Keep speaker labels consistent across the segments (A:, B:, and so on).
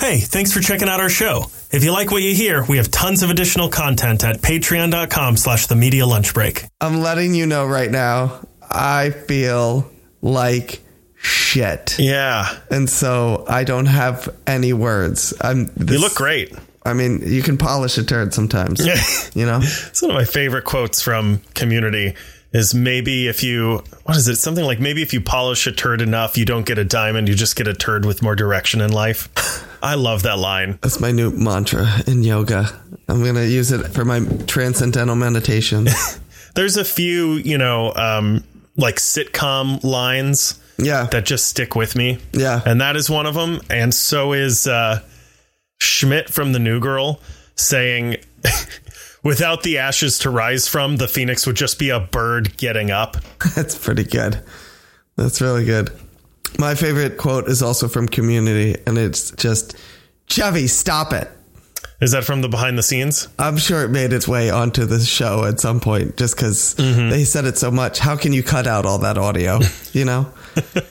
A: Hey, thanks for checking out our show. If you like what you hear, we have tons of additional content at patreon.com slash the media lunch break.
B: I'm letting you know right now, I feel like shit.
C: Yeah.
B: And so I don't have any words. I'm this,
C: You look great.
B: I mean, you can polish a turd sometimes.
C: Yeah.
B: You know?
C: It's one of my favorite quotes from Community is maybe if you what is it something like maybe if you polish a turd enough you don't get a diamond you just get a turd with more direction in life. I love that line.
B: That's my new mantra in yoga. I'm going to use it for my transcendental meditation.
C: There's a few, you know, um like sitcom lines
B: Yeah.
C: that just stick with me.
B: Yeah.
C: And that is one of them. And so is uh, Schmidt from The New Girl saying, without the ashes to rise from, the phoenix would just be a bird getting up.
B: That's pretty good. That's really good. My favorite quote is also from Community, and it's just, Chevy, stop it.
C: Is that from the behind the scenes?
B: I'm sure it made its way onto the show at some point just because they said it so much. How can you cut out all that audio? You know,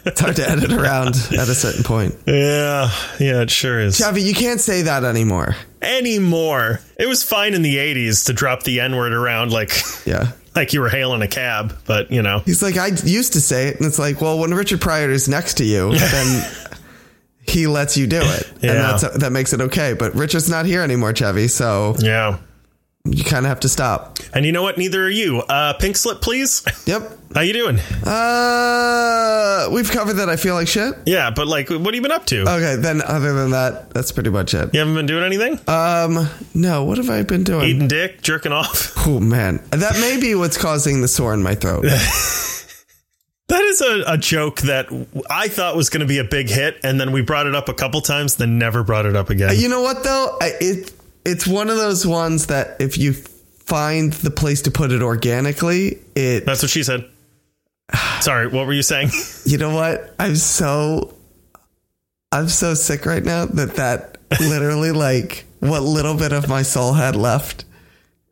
B: it's hard to edit around at a certain point.
C: Yeah. Yeah, it sure is.
B: Javi, you can't say that anymore.
C: Anymore. It was fine in the 80s to drop the N word around like.
B: Yeah.
C: Like you were hailing a cab, but you know,
B: He's like, I used to say it. And it's like, well, when Richard Pryor is next to you, then he lets you do it.
C: Yeah.
B: And that's, that makes it okay. But Richard's not here anymore, Chevy. So
C: yeah.
B: you kind of have to stop.
C: And you know what? Neither are you. Uh, pink slip, please.
B: Yep.
C: How you doing?
B: Uh, we've covered that. I feel like shit.
C: Yeah, but like, what have you been up to?
B: Okay. Then other than that, that's pretty much it.
C: you haven't been doing anything?
B: Um, no, what have I been doing?
C: Eating dick, jerking off.
B: Oh man, that may be what's causing the sore in my throat.
C: That is a, a joke that I thought was going to be a big hit, and then we brought it up a couple times, then never brought it up again.
B: you know what though? I, it it's one of those ones that if you find the place to put it organically, it.
C: That's what she said. Sorry, what were you saying?
B: You know what? I'm so I'm so sick right now that that literally like what little bit of my soul had left,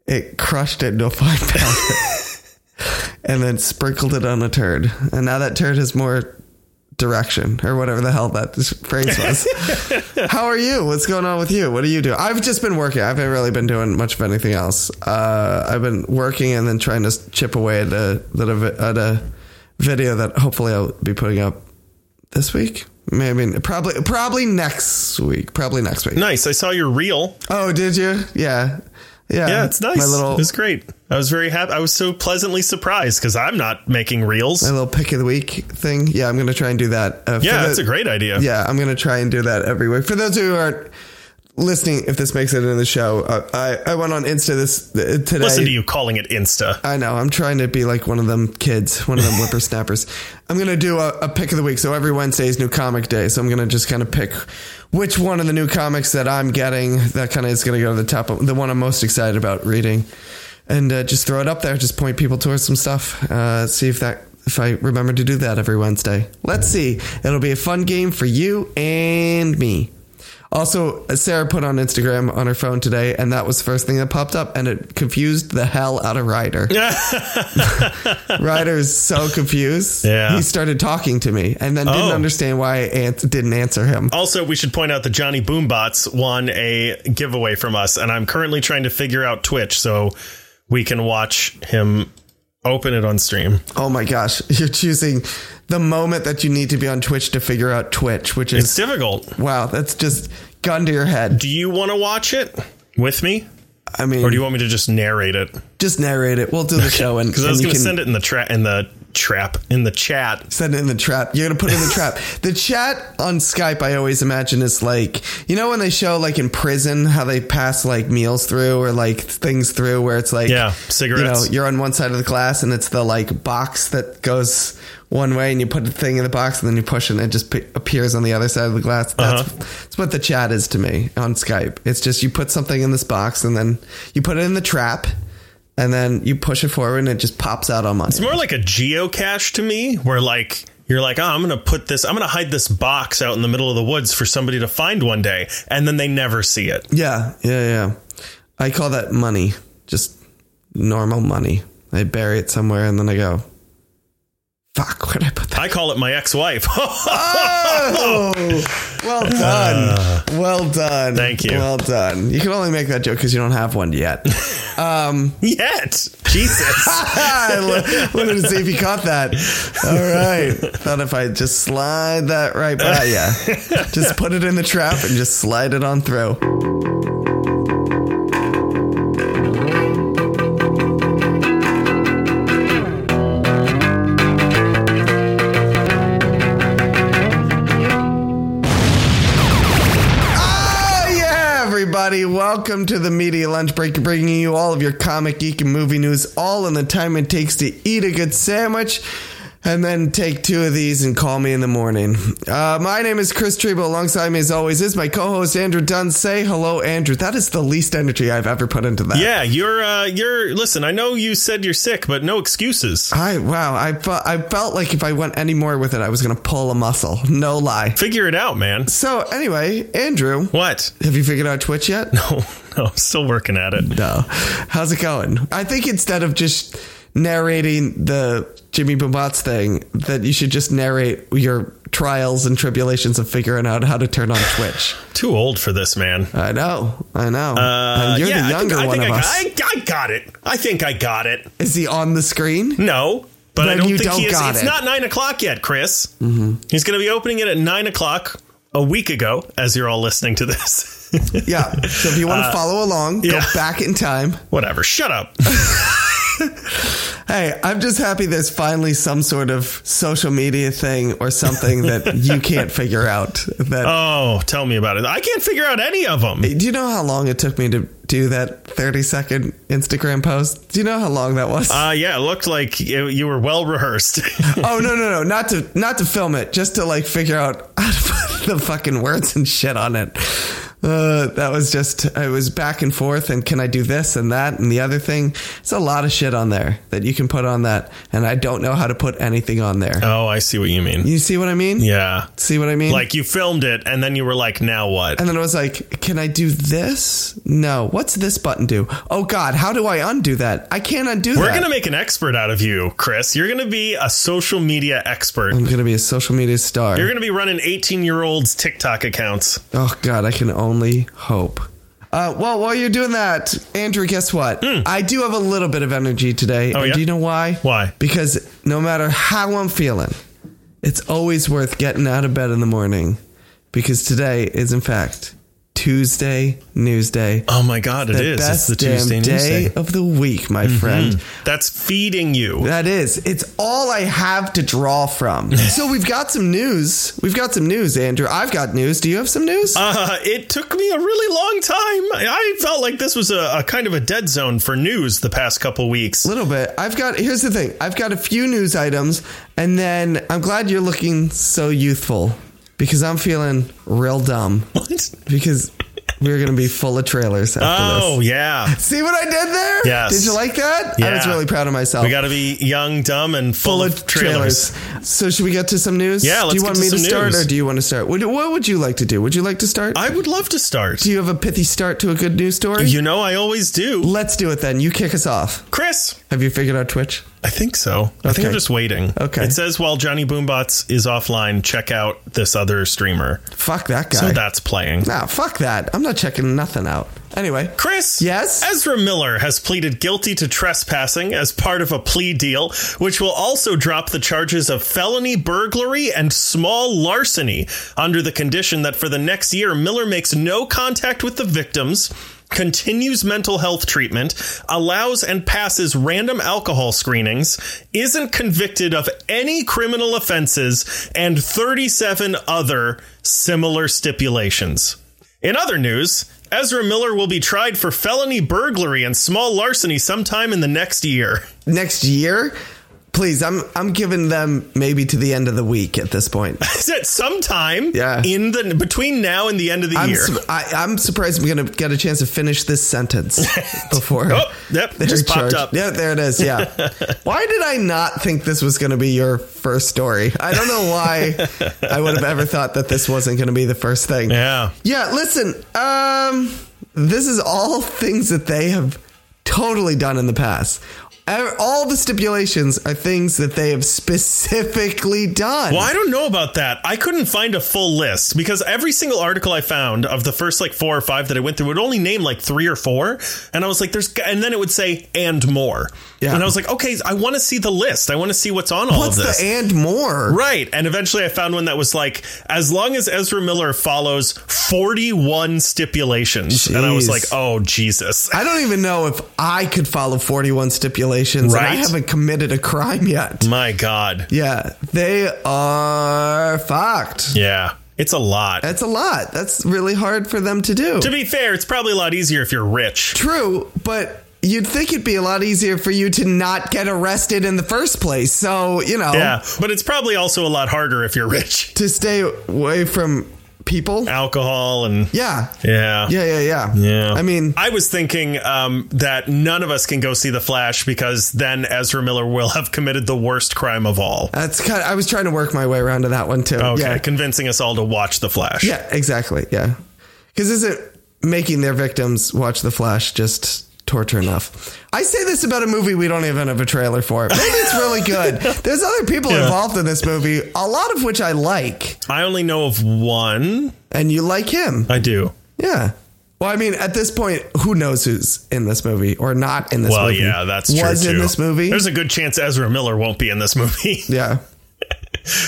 B: it crushed it into a fine powder, and then sprinkled it on a turd, and now that turd has more direction or whatever the hell that phrase was. How are you? What's going on with you? What do you do? I've just been working. I haven't really been doing much of anything else. Uh, I've been working and then trying to chip away at a, at a, at a video that hopefully I'll be putting up this week. Maybe probably probably next week. Probably next week.
C: nice. I saw your reel.
B: Oh, did you? Yeah, yeah.
C: Yeah, it's nice.
B: My little
C: it was great. I was very happy. I was so pleasantly surprised because I'm not making reels.
B: my little pick of the week thing. Yeah, I'm gonna try and do that. Uh, for
C: yeah,
B: the-
C: that's a great idea.
B: yeah, I'm gonna try and do that every week. For those who aren't listening, if this makes it into the show, uh, I I went on Insta this uh, today.
C: Listen to you calling it Insta.
B: I know. I'm trying to be like one of them kids, one of them whippersnappers. I'm gonna do a, a pick of the week. So every Wednesday is new comic day. So I'm gonna just kind of pick which one of the new comics that I'm getting that kind of is gonna go to the top, of, the one I'm most excited about reading, and uh, just throw it up there. Just point people towards some stuff. Uh, see if that if I remember to do that every Wednesday. Let's see. It'll be a fun game for you and me. Also, Sarah put on Instagram on her phone today, and that was the first thing that popped up, and it confused the hell out of Ryder. Ryder is so confused.
C: Yeah.
B: He started talking to me and then didn't
C: Oh.
B: understand why I ans- didn't answer him.
C: Also, we should point out that Johnny Boombots won a giveaway from us, and I'm currently trying to figure out Twitch so we can watch him open it on stream.
B: Oh my gosh. You're choosing the moment that you need to be on Twitch to figure out Twitch, which
C: It's
B: is,
C: difficult.
B: wow, that's just gun to your head.
C: Do you want to watch it with me,
B: I mean,
C: or do you want me to just narrate it?
B: just narrate it. We'll do the show and,
C: Because I
B: and
C: was
B: you
C: going
B: can
C: to send it in the trap in the trap in the chat.
B: Send it in the trap. You're gonna put it in the trap. The chat on Skype, I always imagine is like you know when they show like in prison how they pass like meals through or like things through where it's like
C: Yeah, cigarettes.
B: You know, you're on one side of the glass and it's the like box that goes one way and you put the thing in the box and then you push it and it just p- appears on the other side of the glass. That's, that's what the chat is to me on Skype. It's just you put something in this box and then you put it in the trap and then you push it forward and it just pops out on my.
C: It's more like a geocache to me, where like you're like, oh, I'm going to put this, I'm going to hide this box out in the middle of the woods for somebody to find one day, and then they never see it.
B: Yeah, yeah, yeah. I call that money, just normal money. I bury it somewhere and then I go, Fuck, where'd I put that?
C: I call it my ex-wife.
B: Oh, well done. well done.
C: Uh, Thank you.
B: Well done. You can only make that joke because you don't have one yet.
C: Yet, Jesus.
B: I lo- wanted to see if you caught that. All right. Thought if I just slide that right by you, just put it in the trap and just slide it on through. Oh, yeah, everybody. Welcome to the Media Lunch Break, bringing you all of your comic, geek, and movie news, all in the time it takes to eat a good sandwich. And then take two of these and call me in the morning. Uh, my name is Chris Trebo. Alongside me, as always, is my co host, Andrew Dunn. Say hello, Andrew. That is the least energy I've ever put into that.
C: yeah, you're uh you're listen, I know you said you're sick, but no excuses.
B: I, wow. I, fe- I felt like if I went any more with it, I was going to pull a muscle. No lie.
C: Figure it out, man.
B: So, anyway, Andrew,
C: What?
B: have you figured out Twitch yet?
C: Oh, no, I'm still working at it.
B: No. How's it going? I think instead of just narrating the Jimmy Bumbats thing, that you should just narrate your trials and tribulations of figuring out how to turn on Twitch.
C: Too old for this, man.
B: I know. I know.
C: Uh,
B: And you're
C: yeah,
B: the younger
C: I think,
B: one
C: I think
B: of us.
C: I got, I, I got it. I think I got it.
B: Is he on the screen?
C: No, but I
B: Then
C: don't
B: you
C: think
B: don't
C: he is.
B: got
C: it's
B: it.
C: not
B: Mm-hmm.
C: nine o'clock yet, Chris. He's going to be opening it at nine o'clock a week ago, as you're all listening to this.
B: Yeah. So if you want to follow along,
C: Uh, yeah.
B: go back in time.
C: Whatever. Shut up.
B: Hey, I'm just happy there's finally some sort of social media thing or something that you can't figure out. That
C: oh, tell me about it. I can't figure out any of them.
B: Do you know how long it took me to do that 30 second Instagram post? Do you know how long that was?
C: Uh, yeah, it looked like you, you were well rehearsed.
B: oh no no no, not to not to film it, just to like figure out how to put the fucking words and shit on it. Uh, that was just it was back and forth and can I do this and that and the other thing. It's a lot of shit on there that you can put on that and I don't know how to put anything on there.
C: oh, I see what you mean.
B: You see what I mean?
C: Yeah.
B: See what I mean?
C: Like you filmed it and then you were like, now what?
B: And then I was like, can I do this? No. What's this button do? Oh God, how do I undo that? I can't undo
C: We're
B: that.
C: going to make an expert out of you, Chris. You're going to be a social media expert.
B: I'm gonna be a social media star.
C: You're going to be running 18 year olds TikTok accounts.
B: oh God, I can only hope. Uh, well, while you're doing that, Andrew, guess what? I do have a little bit of energy today. and
C: Hmm. Oh, yeah?
B: Do you know why?
C: Why?
B: Because no matter how I'm feeling, it's always worth getting out of bed in the morning. Because today is, in fact, Tuesday News Day.
C: Oh my God, it
B: the
C: is. It's
B: best
C: the
B: damn
C: Tuesday news
B: day
C: day. Mm-hmm.
B: of the week, my friend.
C: Hmm. That's feeding you.
B: That is. It's all I have to draw from. so we've got some news. We've got some news, Andrew. I've got news. Do you have some news?
C: Uh, it took me a really long time. I I felt like this was a, a kind of a dead zone for news the past couple weeks.
B: little bit. I've got here's the thing. I've got a few news items, and then I'm glad you're looking so youthful because I'm feeling real dumb
C: What?
B: because we're gonna be full of trailers after
C: Oh,
B: this.
C: yeah.
B: See what I did there?
C: Yes.
B: Did you like that? I was
C: Yeah.
B: really proud of myself.
C: We got to be young, dumb, and full, of trailers.
B: So should we get to some news?
C: Yeah,
B: Do
C: let's
B: you want
C: get to
B: me to
C: some
B: start,
C: news.
B: or do you want to start? What, what would you like to do? Would you like to start?
C: I would love to start.
B: do you have a pithy start to a good news story?
C: You know, I always do.
B: Let's do it then. You kick us off.
C: Chris,
B: Have you figured out Twitch?
C: I think so. I think
B: Okay.
C: I'm just waiting.
B: Okay.
C: It says while Johnny Boombots is offline, check out this other streamer.
B: Fuck that guy.
C: So that's playing.
B: Nah, fuck that. I'm not checking nothing out. Anyway,
C: Chris,
B: Yes?
C: Ezra Miller has pleaded guilty to trespassing as part of a plea deal, which will also drop the charges of felony burglary and small larceny under the condition that for the next year, Miller makes no contact with the victims. Continues mental health treatment, allows and passes random alcohol screenings, isn't convicted of any criminal offenses, and 37 other similar stipulations. In other news, Ezra Miller will be tried for felony burglary and small larceny sometime in the next year.
B: next year, please. I'm I'm giving them maybe to the end of the week at this point.
C: Is it sometime
B: Yeah.
C: in the between now and the end of the
B: I'm
C: year?
B: su- I, I'm surprised I'm gonna get a chance to finish this sentence before.
C: Oh, yep,
B: they're
C: just popped up.
B: Yeah, there it is. Yeah. why did I not think this was gonna be your first story? I don't know why I would have ever thought that this wasn't gonna be the first thing.
C: Yeah.
B: Yeah, listen, um, this is all things that they have totally done in the past. all the stipulations are things that they have specifically done.
C: Well, I don't know about that. I couldn't find a full list because every single article I found of the first like four or five that I went through would only name like three or four, and I was like, "There's," and then it would say "and more,"
B: Yeah.
C: and I was like, "Okay, I want to see the list. I want to see what's on all
B: What's
C: of this."
B: the and more?
C: Right. And eventually I found one that was like, as long as Ezra Miller follows 41 stipulations. And I was
B: Jeez.
C: like, oh, Jesus.
B: I don't even know if I could follow 41 stipulations, and I
C: Right.
B: haven't committed a crime yet.
C: My God.
B: Yeah, they are fucked.
C: Yeah. It's a lot.
B: That's a lot. That's really hard for them to do.
C: To be fair, it's probably a lot easier if you're rich.
B: True, but you'd think it'd be a lot easier for you to not get arrested in the first place. So, you know,
C: Yeah. But it's probably also a lot harder if you're rich.
B: to stay away from people.
C: Alcohol and.
B: Yeah.
C: Yeah.
B: Yeah, yeah, yeah.
C: Yeah.
B: I mean,
C: I was thinking um, that none of us can go see The Flash because then Ezra Miller will have committed the worst crime of all.
B: that's kind of, I was trying to work my way around to that one too.
C: Okay.
B: Yeah.
C: Convincing us all to watch The Flash.
B: Yeah, exactly. Yeah. Because isn't making their victims watch The Flash just torture enough? I say this about a movie we don't even have a trailer for. Maybe it's really good. There's other people
C: Yeah.
B: involved in this movie, a lot of which I like,
C: I only know of one.
B: and you like him.
C: I do.
B: Yeah. Well, I mean, at this point, who knows who's in this movie or not in this
C: Well,
B: movie?
C: yeah, that's true.
B: Was in
C: too.
B: this movie.
C: There's a good chance Ezra Miller won't be in this movie.
B: yeah.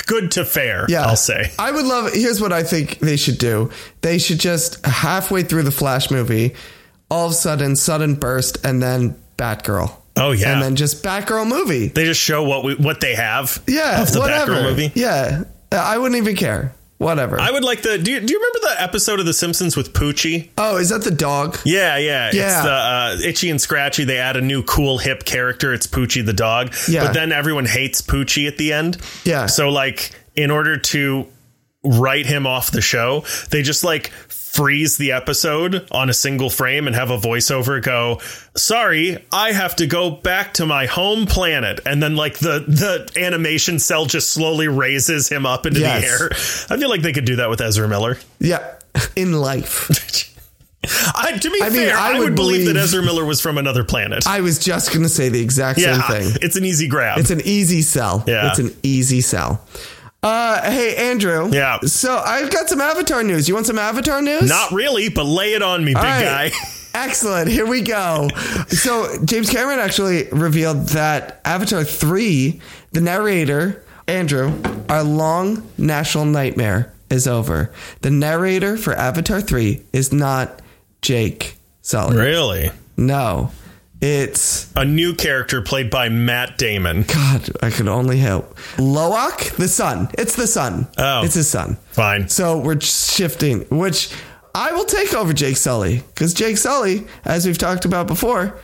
C: good to fair,
B: Yeah.
C: I'll say.
B: I would love here's what I think they should do. They should just halfway through the Flash movie, all of a sudden, sudden burst, and then Batgirl.
C: Oh yeah.
B: And then just Batgirl movie.
C: they just show what we what they have.
B: Yeah.
C: of the
B: whatever.
C: Batgirl movie.
B: Yeah. I wouldn't even care. Whatever.
C: I would like the. Do you, do you remember the episode of The Simpsons with Poochie?
B: oh, is that the dog?
C: Yeah, yeah.
B: Yeah.
C: It's the uh, Itchy and Scratchy. They add a new cool hip character. It's Poochie the dog.
B: Yeah.
C: But then everyone hates Poochie at the end.
B: Yeah.
C: So like, in order to write him off the show, they just like freeze the episode on a single frame and have a voiceover go, "Sorry, I have to go back to my home planet." And then like the the animation cell just slowly raises him up into
B: Yes.
C: the air. I feel like they could do that with Ezra Miller.
B: Yeah. In life.
C: I, to be
B: I mean,
C: fair, I, would believe, that
B: believe-
C: Ezra Miller was from another planet.
B: I was just gonna say the exact
C: yeah,
B: same thing.
C: it's an easy grab.
B: It's an easy sell.
C: Yeah.
B: It's an easy sell. Uh, hey Andrew.
C: Yeah.
B: So I've got some Avatar news. You want some Avatar news?
C: Not really, but lay it on me, big guy.
B: right. Excellent. Here we go. So James Cameron actually revealed that Avatar 3, the narrator, Andrew, our long national nightmare is over. The narrator for Avatar 3 is not Jake Sully.
C: Really?
B: No. It's
C: A new character played by Matt Damon.
B: God, I could only hope. Loak, the son. It's the son.
C: Oh.
B: It's his son.
C: Fine.
B: So we're shifting, which I will take over Jake Sully because Jake Sully, as we've talked about before,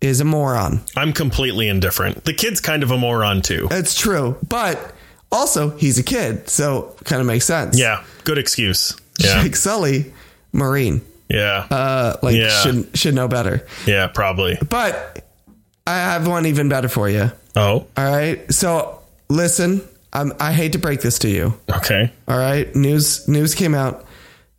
B: is a moron.
C: I'm completely indifferent. The kid's kind of a moron too.
B: That's true, but also he's a kid, so kind of makes sense.
C: Yeah, good excuse. Yeah,
B: Jake Sully, Marine,
C: yeah,
B: uh, like
C: Yeah.
B: should should know better.
C: yeah. Probably.
B: But I have one even better for you.
C: Oh,
B: All right, so listen, I'm, I hate to break this to you.
C: okay.
B: All right, news news came out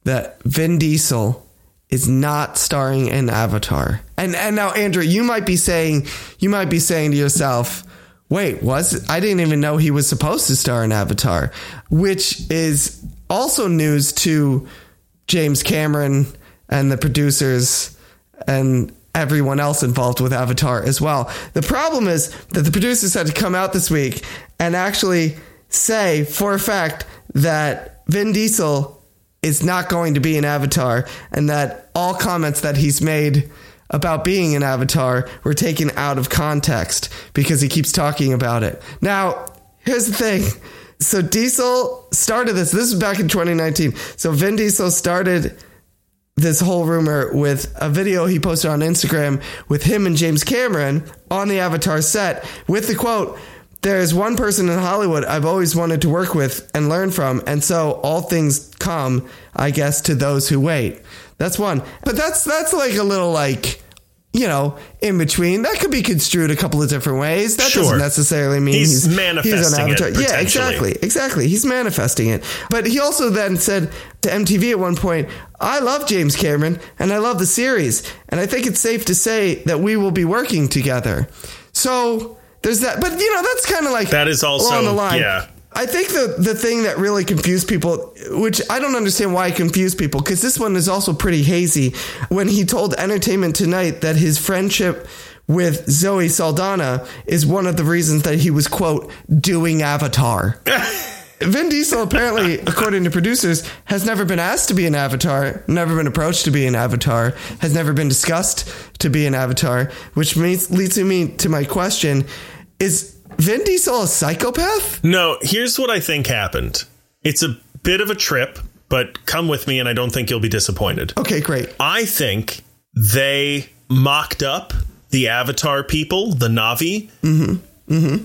B: that Vin Diesel is not starring in Avatar. And and now Andrew, you might be saying you might be saying to yourself, "Wait, was I didn't even know he was supposed to star in Avatar," which is also news to James Cameron and the producers and everyone else involved with Avatar as well. The problem is that the producers had to come out this week and actually say for a fact that Vin Diesel is not going to be an Avatar and that all comments that he's made about being an Avatar were taken out of context because he keeps talking about it. Now, here's the thing. So Diesel started this. This was back in 2019. So Vin Diesel started this whole rumor with a video he posted on Instagram with him and James Cameron on the Avatar set with the quote, There is one person in Hollywood I've always wanted to work with and learn from, and so all things come, I guess, to those who wait. That's one. But that's that's like a little like you know, in between. That could be construed a couple of different ways. That
C: Sure.
B: doesn't necessarily mean
C: He's
B: he's
C: manifesting it,
B: yeah,
C: potentially.
B: exactly. Exactly. He's manifesting it. But he also then said to MTV at one point, I love James Cameron and I love the series. And I think it's safe to say that we will be working together. So there's that, but you know that's kind of like
C: That is also-
B: along the line.
C: yeah.
B: I think the the thing that really confused people, which I don't understand why it confused people, because this one is also pretty hazy. When he told Entertainment Tonight that his friendship with Zoe Saldana is one of the reasons that he was quote doing Avatar. Vin Diesel apparently, according to producers, has never been asked to be an avatar, never been approached to be an avatar, has never been discussed to be an avatar, which means, leads me to my question: Is Vin Diesel a psychopath?
C: No, here's what I think happened. It's a bit of a trip, but come with me and I don't think you'll be disappointed.
B: Okay, great.
C: I think they mocked up the Avatar people, the Navi,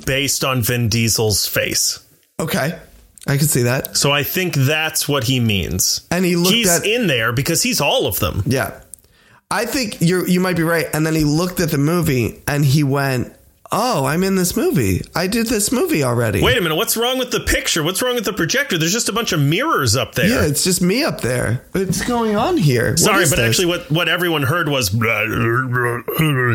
C: based on Vin Diesel's face.
B: Okay, I can see that.
C: So I think that's what he means.
B: And he looked
C: he's
B: at-
C: in there because he's all of them.
B: Yeah, I think you you might be right. And then he looked at the movie and he went, "Oh, I'm in this movie. I did this movie already."
C: Wait a minute, what's wrong with the picture? What's wrong with the projector? There's just a bunch of mirrors up there.
B: Yeah, it's just me up there. What's going on here? What
C: Sorry,
B: is
C: but
B: this?
C: actually what, what everyone heard was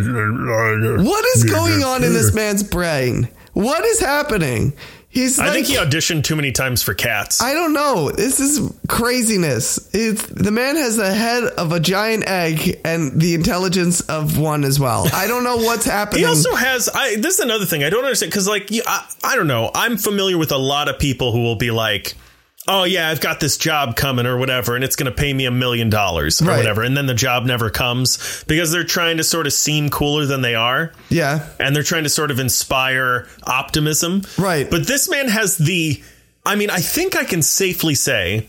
B: What is going on in this man's brain? What is happening? He's like,
C: I
B: I,
C: think he auditioned too many times for cats.
B: don't know. This is craziness. It's the man has the head of a giant egg and the intelligence of one as well. I don't know what's happening.
C: He also has. I this is another thing I don't understand because like you, I, I don't know. I'm familiar with a lot of people who will be like, "Oh yeah, I've got this job coming or whatever, and it's going to pay me a million dollars or
B: Right.
C: whatever," and then the job never comes because they're trying to sort of seem cooler than they are.
B: yeah,
C: And they're trying to sort of inspire optimism.
B: Right.
C: But this man has the, I mean, I think I can safely say,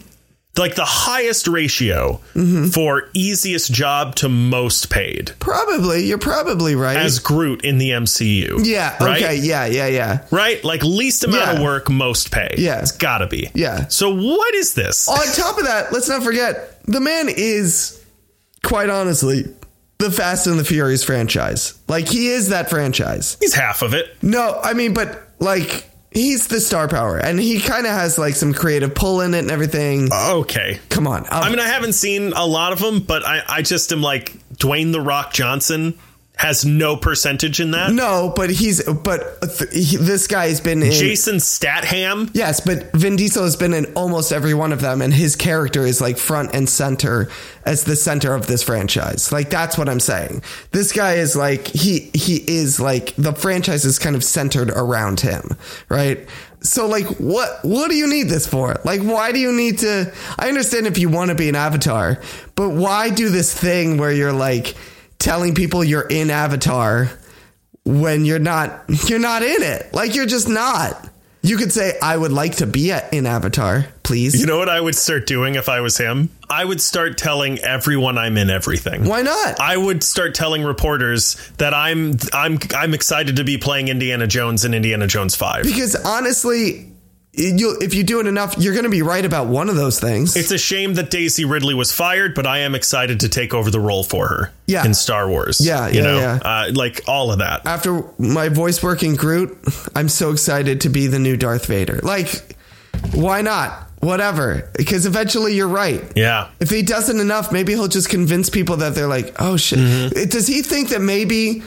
C: like the highest ratio
B: Mm-hmm.
C: for easiest job to most paid
B: probably. You're probably right.
C: as Groot in the MCU.
B: yeah.
C: Right?
B: Okay. Yeah. Yeah. Yeah.
C: Right? Like least amount
B: Yeah.
C: of work, most pay.
B: Yeah.
C: It's gotta be.
B: Yeah.
C: So what is this?
B: On top of that, let's not forget the man is, quite honestly, the Fast and the Furious franchise. Like he is that franchise.
C: He's half of it.
B: No, I mean, but like he's the star power, and he kind of has like some creative pull in it and everything.
C: Okay.
B: Come on,
C: Uh, I mean, I haven't seen a lot of them, but I, I just am like Dwayne the Rock Johnson has no percentage in that.
B: no, but he's but th- he, this guy has been in.
C: Jason Statham.
B: Yes, but Vin Diesel has been in almost every one of them, and his character is like front and center as the center of this franchise. Like that's what I'm saying. This guy is like he he is like the franchise is kind of centered around him, right? So like what what do you need this for? Like why do you need to? I understand if you want to be an avatar, but why do this thing where you're like telling people you're in Avatar when you're not you're not in it. Like you're just not. You could say I would like to be a, in Avatar, please.
C: You know what I would start doing if I was him? I would start telling everyone I'm in everything.
B: Why not?
C: I would start telling reporters that I'm I'm I'm excited to be playing Indiana Jones in Indiana Jones 5.
B: because honestly, you if you do it enough, you're going to be right about one of those things.
C: It's a shame that Daisy Ridley was fired, but I am excited to take over the role for her
B: Yeah.
C: in Star Wars.
B: Yeah,
C: you
B: yeah,
C: know,
B: yeah.
C: Uh, like all of that.
B: After my voice work in Groot, I'm so excited to be the new Darth Vader. Like why not? Whatever. Because eventually you're right.
C: yeah,
B: If he doesn't enough, maybe he'll just convince people that they're like, oh shit. It- Does he think that maybe,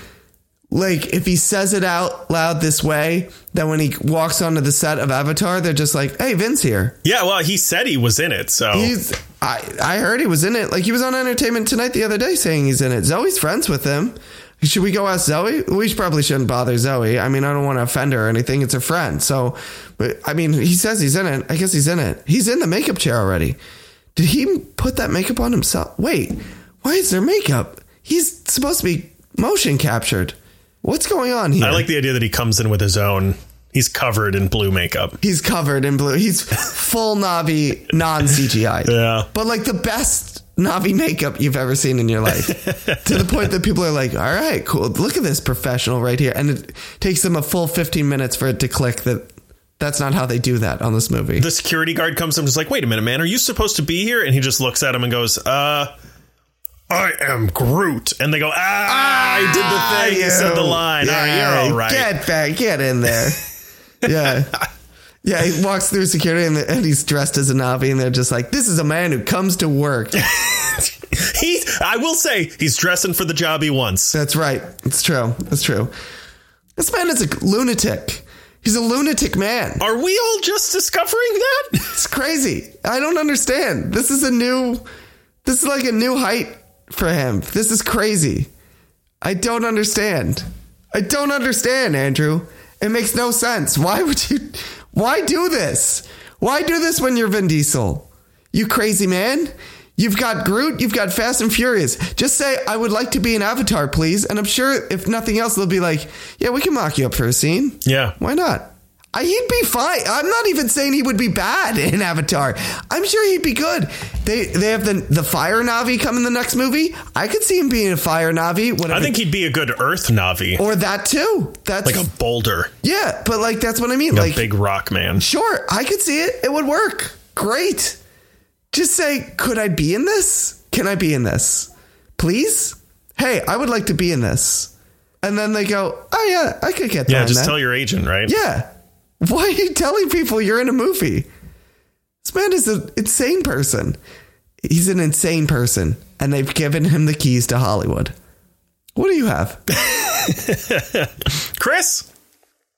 B: like, if he says it out loud this way, that when he walks onto the set of Avatar, they're just like, hey, Vince here.
C: yeah. Well, he said he was in it, so
B: He's, I, I heard he was in it. Like, he was on Entertainment Tonight the other day saying he's in it. Zoe's friends with him. Should we go ask Zoe? We probably shouldn't bother Zoe. I mean, I don't want to offend her or anything. It's a friend. So, but, I mean, he says he's in it. I guess he's in it. He's in the makeup chair already. Did he put that makeup on himself? Wait, why is there makeup? He's supposed to be motion captured. What's going on here?
C: I like the idea that he comes in with his own. He's covered in blue makeup.
B: He's covered in blue. He's full Navi, non CGI.
C: Yeah.
B: But like the best Navi makeup you've ever seen in your life. to the point that people are like, all right, cool. Look at this professional right here. And it takes them a full 15 minutes for it to click that that's not how they do that on this movie.
C: The security guard comes up and is like, "Wait a minute, man. Are you supposed to be here?" And he just looks at him and goes, "Uh." I am Groot, and they go. Ah, I did the thing. You said the line. All right, you're all right.
B: Ah, Get back. Get in there. yeah. Yeah, he walks through security and, and he's dressed as a Navi, and they're just like, "This is a man who comes to work."
C: He, I will say, he's dressing for the job he wants.
B: That's right. It's true. It's true. This man is a lunatic. He's a lunatic man.
C: Are we all just discovering that?
B: It's crazy. I don't understand. This is a new, this is like a new height for him. This is crazy. I don't understand. I don't understand, Andrew. It makes no sense. Why would you, why do this? Why do this when you're Vin Diesel? You crazy man. You've got Groot, you've got Fast and Furious. Just say, I would like to be an avatar, please. And I'm sure if nothing else, they'll be like, yeah, we can mock you up for a scene.
C: Yeah.
B: Why not? I, he'd be fine. I'm not even saying he would be bad in Avatar. I'm sure he'd be good. They they have the the fire Navi coming the next movie. I could see him being a fire Navi. Whatever.
C: I think he'd be a good Earth Navi,
B: or that too. That's
C: like a boulder,
B: yeah, but like that's what I mean.
C: like,
B: Like
C: a big rock man.
B: sure, I could see it. It would work. Great. Just say, could I be in this? Can I be in this? Please. Hey, I would like to be in this. And then they go, oh yeah, I could get that.
C: Yeah, just
B: man.
C: tell your agent, right?
B: Yeah. Why are you telling people you're in a movie? This man is an insane person. He's an insane person, and they've given him the keys to Hollywood. What do you have?
C: Chris,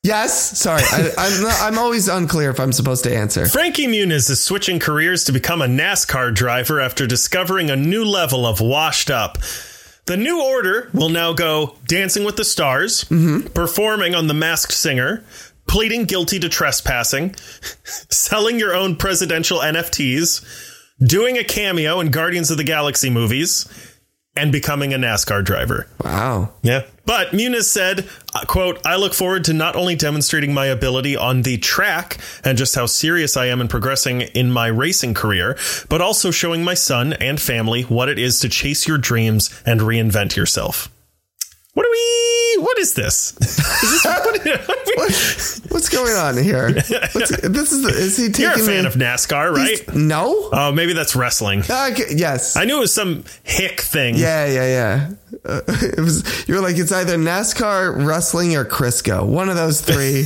B: yes. Sorry, I, I'm, not, I'm always unclear if I'm supposed to answer.
C: Frankie Muniz is switching careers to become a NASCAR driver after discovering a new level of washed up. The new order will now go Dancing with the Stars, performing on The Masked Singer, pleading guilty to trespassing, selling your own presidential NFTs, doing a cameo in Guardians of the Galaxy movies, and becoming a NASCAR driver.
B: Wow.
C: Yeah. But Muniz said, uh, quote, I look forward to not only demonstrating my ability on the track and just how serious I am in progressing in my racing career, but also showing my son and family what it is to chase your dreams and reinvent yourself. What are we? What is this? Is this- what are we-
B: What's going on here? What's, this is is he taking?
C: You're a fan
B: the-
C: of NASCAR, right?
B: No.
C: Oh, maybe that's wrestling.
B: Uh, yes.
C: I knew it was some hick thing.
B: Yeah, yeah, yeah. Uh, it was you were like it's either NASCAR, wrestling, or Crisco. One of those three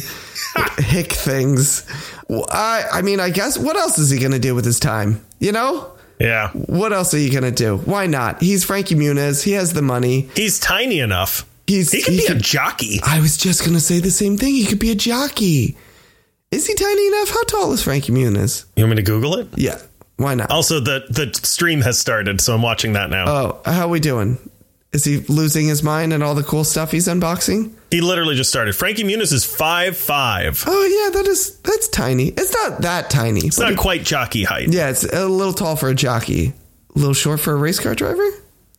B: hick things. Well, I I mean, I guess what else is he going to do with his time? You know,
C: Yeah.
B: what else are you going to do? Why not? He's Frankie Muniz. He has the money.
C: He's tiny enough.
B: He's
C: He could
B: he
C: be a
B: could-
C: jockey.
B: I was just going to say the same thing. He could be a jockey. Is he tiny enough? How tall is Frankie Muniz?
C: You want me to Google it?
B: Yeah. Why not?
C: Also, the the stream has started, so I'm watching that now.
B: Oh, how we doing? Is he losing his mind and all the cool stuff he's unboxing?
C: he literally just started. Frankie Muniz is five five.
B: Oh yeah, that is that's tiny. It's not that tiny.
C: It's not quite jockey height.
B: yeah, it's a little tall for a jockey, a little short for a race car driver.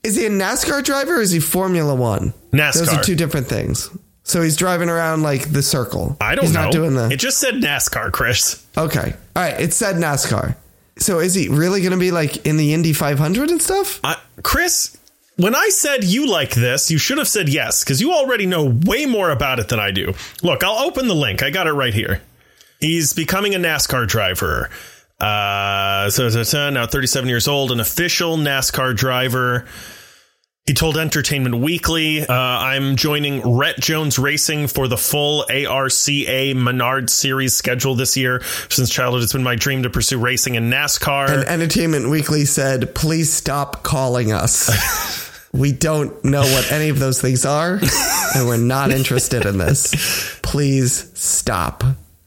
B: Is he a NASCAR driver or is he Formula One? Those
C: NASCAR.
B: are two different things. So he's driving around like the circle.
C: I don't
B: he's
C: know.
B: not doing
C: It
B: the.
C: just said NASCAR, Chris.
B: Okay, all right. It said NASCAR. So is he really going to be like in the Indy 500 and stuff?
C: I, Chris, when I said you like this, you should have said yes because you already know way more about it than I do. Look, I'll open the link. I got it right here. He's becoming a NASCAR driver. Uh, so, so, so now 37 years old, an official NASCAR driver. He told Entertainment Weekly, uh, I'm joining Rhett Jones Racing for the full ARCA Menard Series schedule this year. Since childhood, it's been my dream to pursue racing in NASCAR.
B: And Entertainment Weekly said, "Please stop calling us." We don't know what any of those things are, and we're not interested in this. Please stop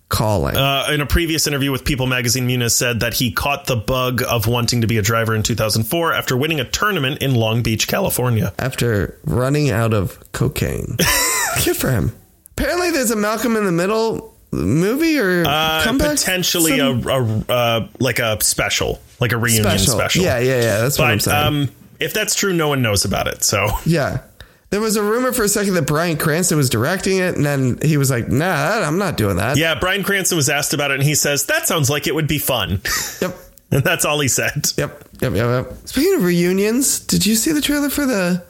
B: calling.
C: Uh, in a previous interview with People magazine, Muniz said that he caught the bug of wanting to be a driver in 2004 after winning a tournament in Long Beach, California.
B: after running out of cocaine. Good for him. Apparently, there's a Malcolm in the Middle movie or
C: Uh,
B: comeback.
C: potentially a,
B: some
C: a uh, like a special, like a reunion special.
B: Yeah, yeah, yeah. That's what I'm
C: But
B: saying.
C: um, if that's true, no one knows about it. So
B: yeah. There was a rumor for a second that Brian Cranston was directing it, and then he was like, nah, I'm not doing that.
C: yeah, Brian Cranston was asked about it, and he says that sounds like it would be fun,
B: Yep.
C: and that's all he said.
B: Yep, yep, yep, yep. Speaking of reunions, did you see the trailer for the?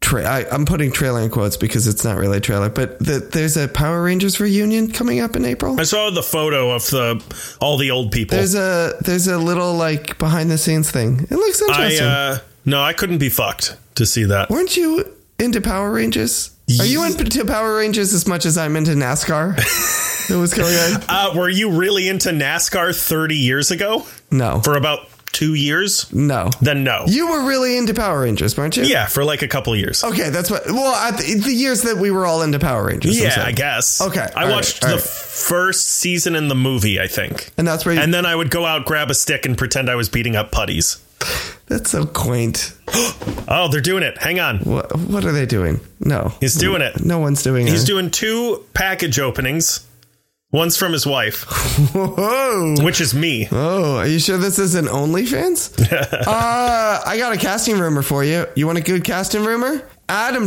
B: Tra- I, I'm putting trailer in quotes because it's not really a trailer, but the, there's a Power Rangers reunion coming up in April.
C: I saw the photo of the all the old people.
B: There's a there's a little like behind the scenes thing. It looks
C: I
B: interesting.
C: uh, no, I couldn't be fucked to see that.
B: Weren't you into Power Rangers? Are you into Power Rangers as much as I'm into NASCAR? What's going on?
C: Uh, were you really into NASCAR 30 years ago?
B: No.
C: for about two years,
B: No.
C: then no.
B: You Oh, were really into Power Rangers, weren't you?
C: yeah, for like a couple years.
B: Okay, that's what. Well, at the, the years that we were all into Power Rangers. I'm
C: yeah,
B: saying.
C: I guess.
B: Okay, all
C: I
B: right,
C: watched
B: all
C: the
B: right.
C: first season in the movie, I think.
B: And that's where you.
C: And then I would go out, grab a stick, and pretend I was beating up putties.
B: that's so quaint.
C: Oh, they're doing it. Hang on.
B: What, what are they doing? No.
C: He's doing it.
B: No one's doing
C: He's
B: it.
C: doing two package openings. One's from his wife,
B: Whoa.
C: which is me.
B: Oh, are you sure this isn't OnlyFans? uh, I got a casting rumor for you. You want a good casting rumor? Adam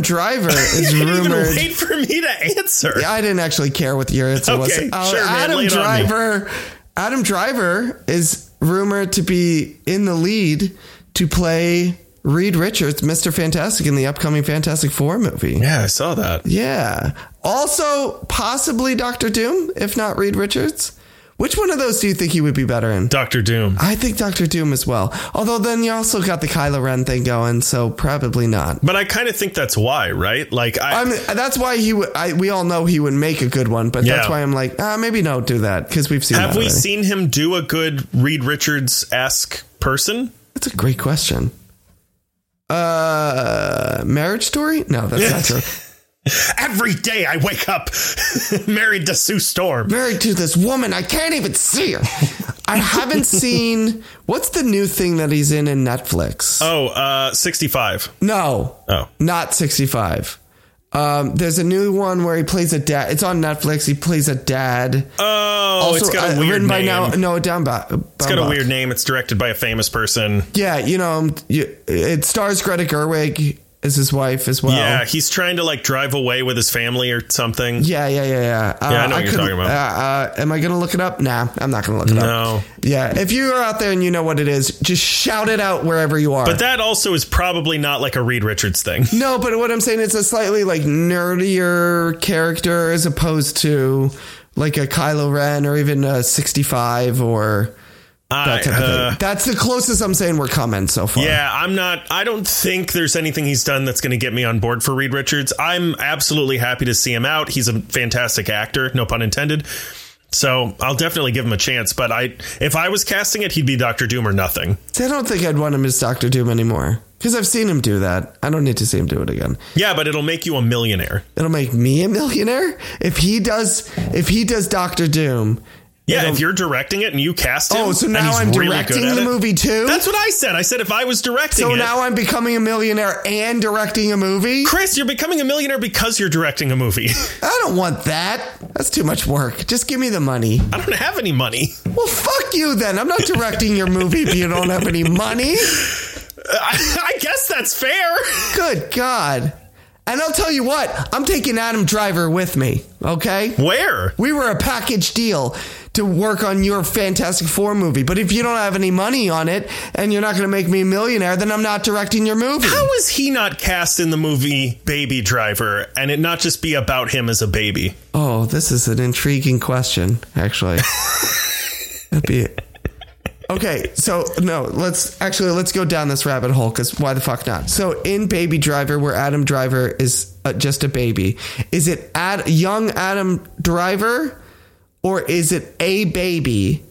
B: Driver is
C: You didn't even
B: rumored.
C: wait for me to answer.
B: I didn't actually care what your answer was. Uh,
C: Okay, sure, man,
B: Adam
C: lay it on me.
B: Driver. Adam Driver is rumored to be in the lead to play Reed Richards, Mr. Fantastic, in the upcoming Fantastic Four movie.
C: Yeah, I saw that.
B: Yeah. Also, possibly Doctor Doom, if not Reed Richards. Which one of those do you think he would be better in?
C: Doctor Doom.
B: I think Doctor Doom as well. Although then you also got the Kylo Ren thing going, so probably not.
C: But I kind of think that's why, right? Like, I,
B: I'm, that's why he. would- I, we all know he would make a good one, but that's
C: Yeah.
B: why I'm like, ah, maybe don't do that because we've seen.
C: have
B: that
C: we
B: already.
C: seen him do a good Reed Richards esque person?
B: That's a great question. Uh, marriage story? No, that's not true.
C: Every day I wake up married to Sue Storm.
B: Married to this woman, I can't even see her. I haven't seen. What's the new thing that he's in in Netflix?
C: Oh, uh, 65.
B: no,
C: Oh.
B: not 65. Um, there's a new one where he plays a dad. It's on Netflix. He plays a dad.
C: Oh, it's got a
B: uh,
C: weird
B: written
C: name.
B: by now Noah Downbaugh.
C: it's got a weird name. It's directed by a famous person.
B: Yeah, you know, um, you, it stars Greta Gerwig as his wife as well.
C: Yeah, he's trying to like drive away with his family or something.
B: Yeah, yeah, yeah, yeah. Uh,
C: Yeah, I know what you're
B: couldn't-
C: talking about.
B: Uh, uh, am I going to look it up? Nah, I'm not going to look it up.
C: No.
B: Yeah, if you're out there and you know what it is, just shout it out wherever you are.
C: But that also is probably not like a Reed Richards thing.
B: no, but what I'm saying is a slightly like nerdier character as opposed to like a Kylo Ren or even a 65 or
C: I,
B: that type of
C: uh,
B: thing. That's the closest I'm saying we're coming so far.
C: yeah, I'm not. I don't think there's anything he's done that's going to get me on board for Reed Richards. I'm absolutely happy to see him out. He's a fantastic actor, no pun intended. So I'll definitely give him a chance. But I, if I was casting it, he'd be Doctor Doom or nothing.
B: See, I don't think I'd want him as Doctor Doom anymore because I've seen him do that. I don't need to see him do it again.
C: Yeah, but it'll make you a millionaire.
B: It'll make me a millionaire if he does. If he does Doctor Doom.
C: Yeah,
B: it'll-
C: if you're directing it and you cast him,
B: oh, so
C: and
B: now
C: he's
B: I'm
C: really
B: directing
C: good at
B: the
C: it-
B: movie too.
C: That's what I said. I said if I was directing
B: so
C: it,
B: now I'm becoming a millionaire and directing a movie.
C: Chris, you're becoming a millionaire because you're directing a movie.
B: I don't want that. That's too much work. Just give me the money.
C: I don't have any money.
B: Well, fuck you then. I'm not directing your movie if you don't have any money.
C: I, I guess that's fair.
B: Good God. And I'll tell you what, I'm taking Adam Driver with me, okay?
C: Where?
B: We were a package deal to work on your Fantastic Four movie, but if you don't have any money on it and you're not going to make me a millionaire, then I'm not directing your movie.
C: How was he not cast in the movie Baby Driver and it not just be about him as a baby?
B: Oh, this is an intriguing question, actually. That'd be Okay, so no, let's actually let's go down this rabbit hole because why the fuck not? So in Baby Driver, where Adam Driver is uh, just a baby, is it Ad, young Adam Driver, or is it a baby,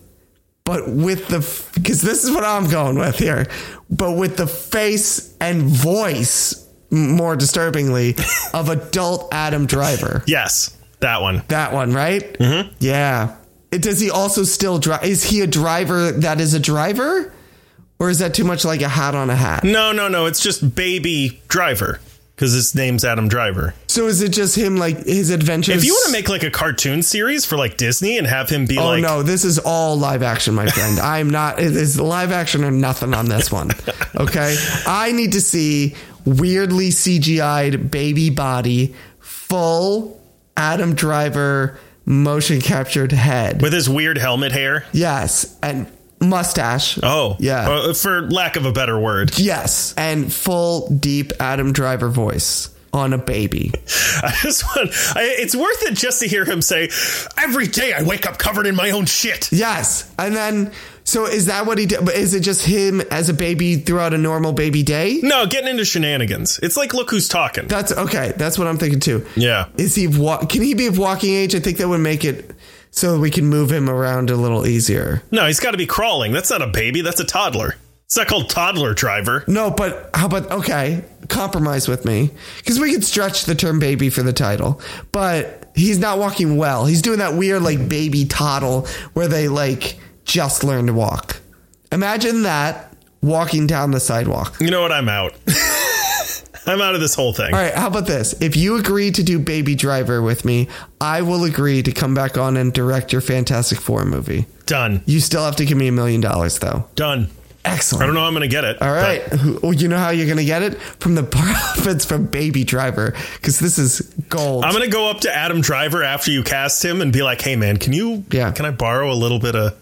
B: but with the because this is what I'm going with here, but with the face and voice m- more disturbingly of adult Adam Driver.
C: Yes, that one.
B: That one, right? Mm-hmm. Yeah. It, does he also still drive? Is he a driver that is a driver? Or is that too much like a hat on a hat?
C: No, no, no. It's just Baby Driver because his name's Adam Driver.
B: So is it just him, like his adventures?
C: If you want to make like a cartoon series for like Disney and have him be
B: Oh,
C: like,
B: no, this is all live action, my friend. I'm not. It is live action or nothing on this one. Okay. I need to see weirdly CGI'd baby body, full Adam Driver motion captured head.
C: with his weird helmet hair.
B: yes. And mustache.
C: Oh,
B: Yeah.
C: Uh, for lack of a better word.
B: Yes, and full deep Adam Driver voice on a baby.
C: I just want, I, it's worth it just to hear him say, Every day I wake up covered in my own shit.
B: Yes, and then so is that what he did? But is it just him as a baby throughout a normal baby day?
C: No, getting into shenanigans. It's like, look who's talking.
B: That's okay. That's what I'm thinking too.
C: yeah.
B: Is he of wa- can he be of walking age? I think that would make it so we can move him around a little easier.
C: No, he's got to be crawling. That's not a baby. That's a toddler. It's not called toddler driver.
B: No, but how about okay, compromise with me because we could stretch the term baby for the title, but he's not walking well. He's doing that weird like baby toddle where they like just learn to walk. Imagine that walking down the sidewalk.
C: You know what? I'm out. I'm out of this whole thing.
B: All right, how about this? If you agree to do Baby Driver with me, I will agree to come back on and direct your Fantastic Four movie.
C: Done.
B: You still have to give me a million dollars though.
C: Done. I
B: Excellent.
C: don't know how I'm going to get it.
B: All right. Who- oh, you know how you're going to get it? From the profits from Baby Driver, because this is gold.
C: I'm gonna go up to Adam Driver after you cast him and be like, "Hey, man, can you?
B: Yeah.
C: Can I borrow a little bit of?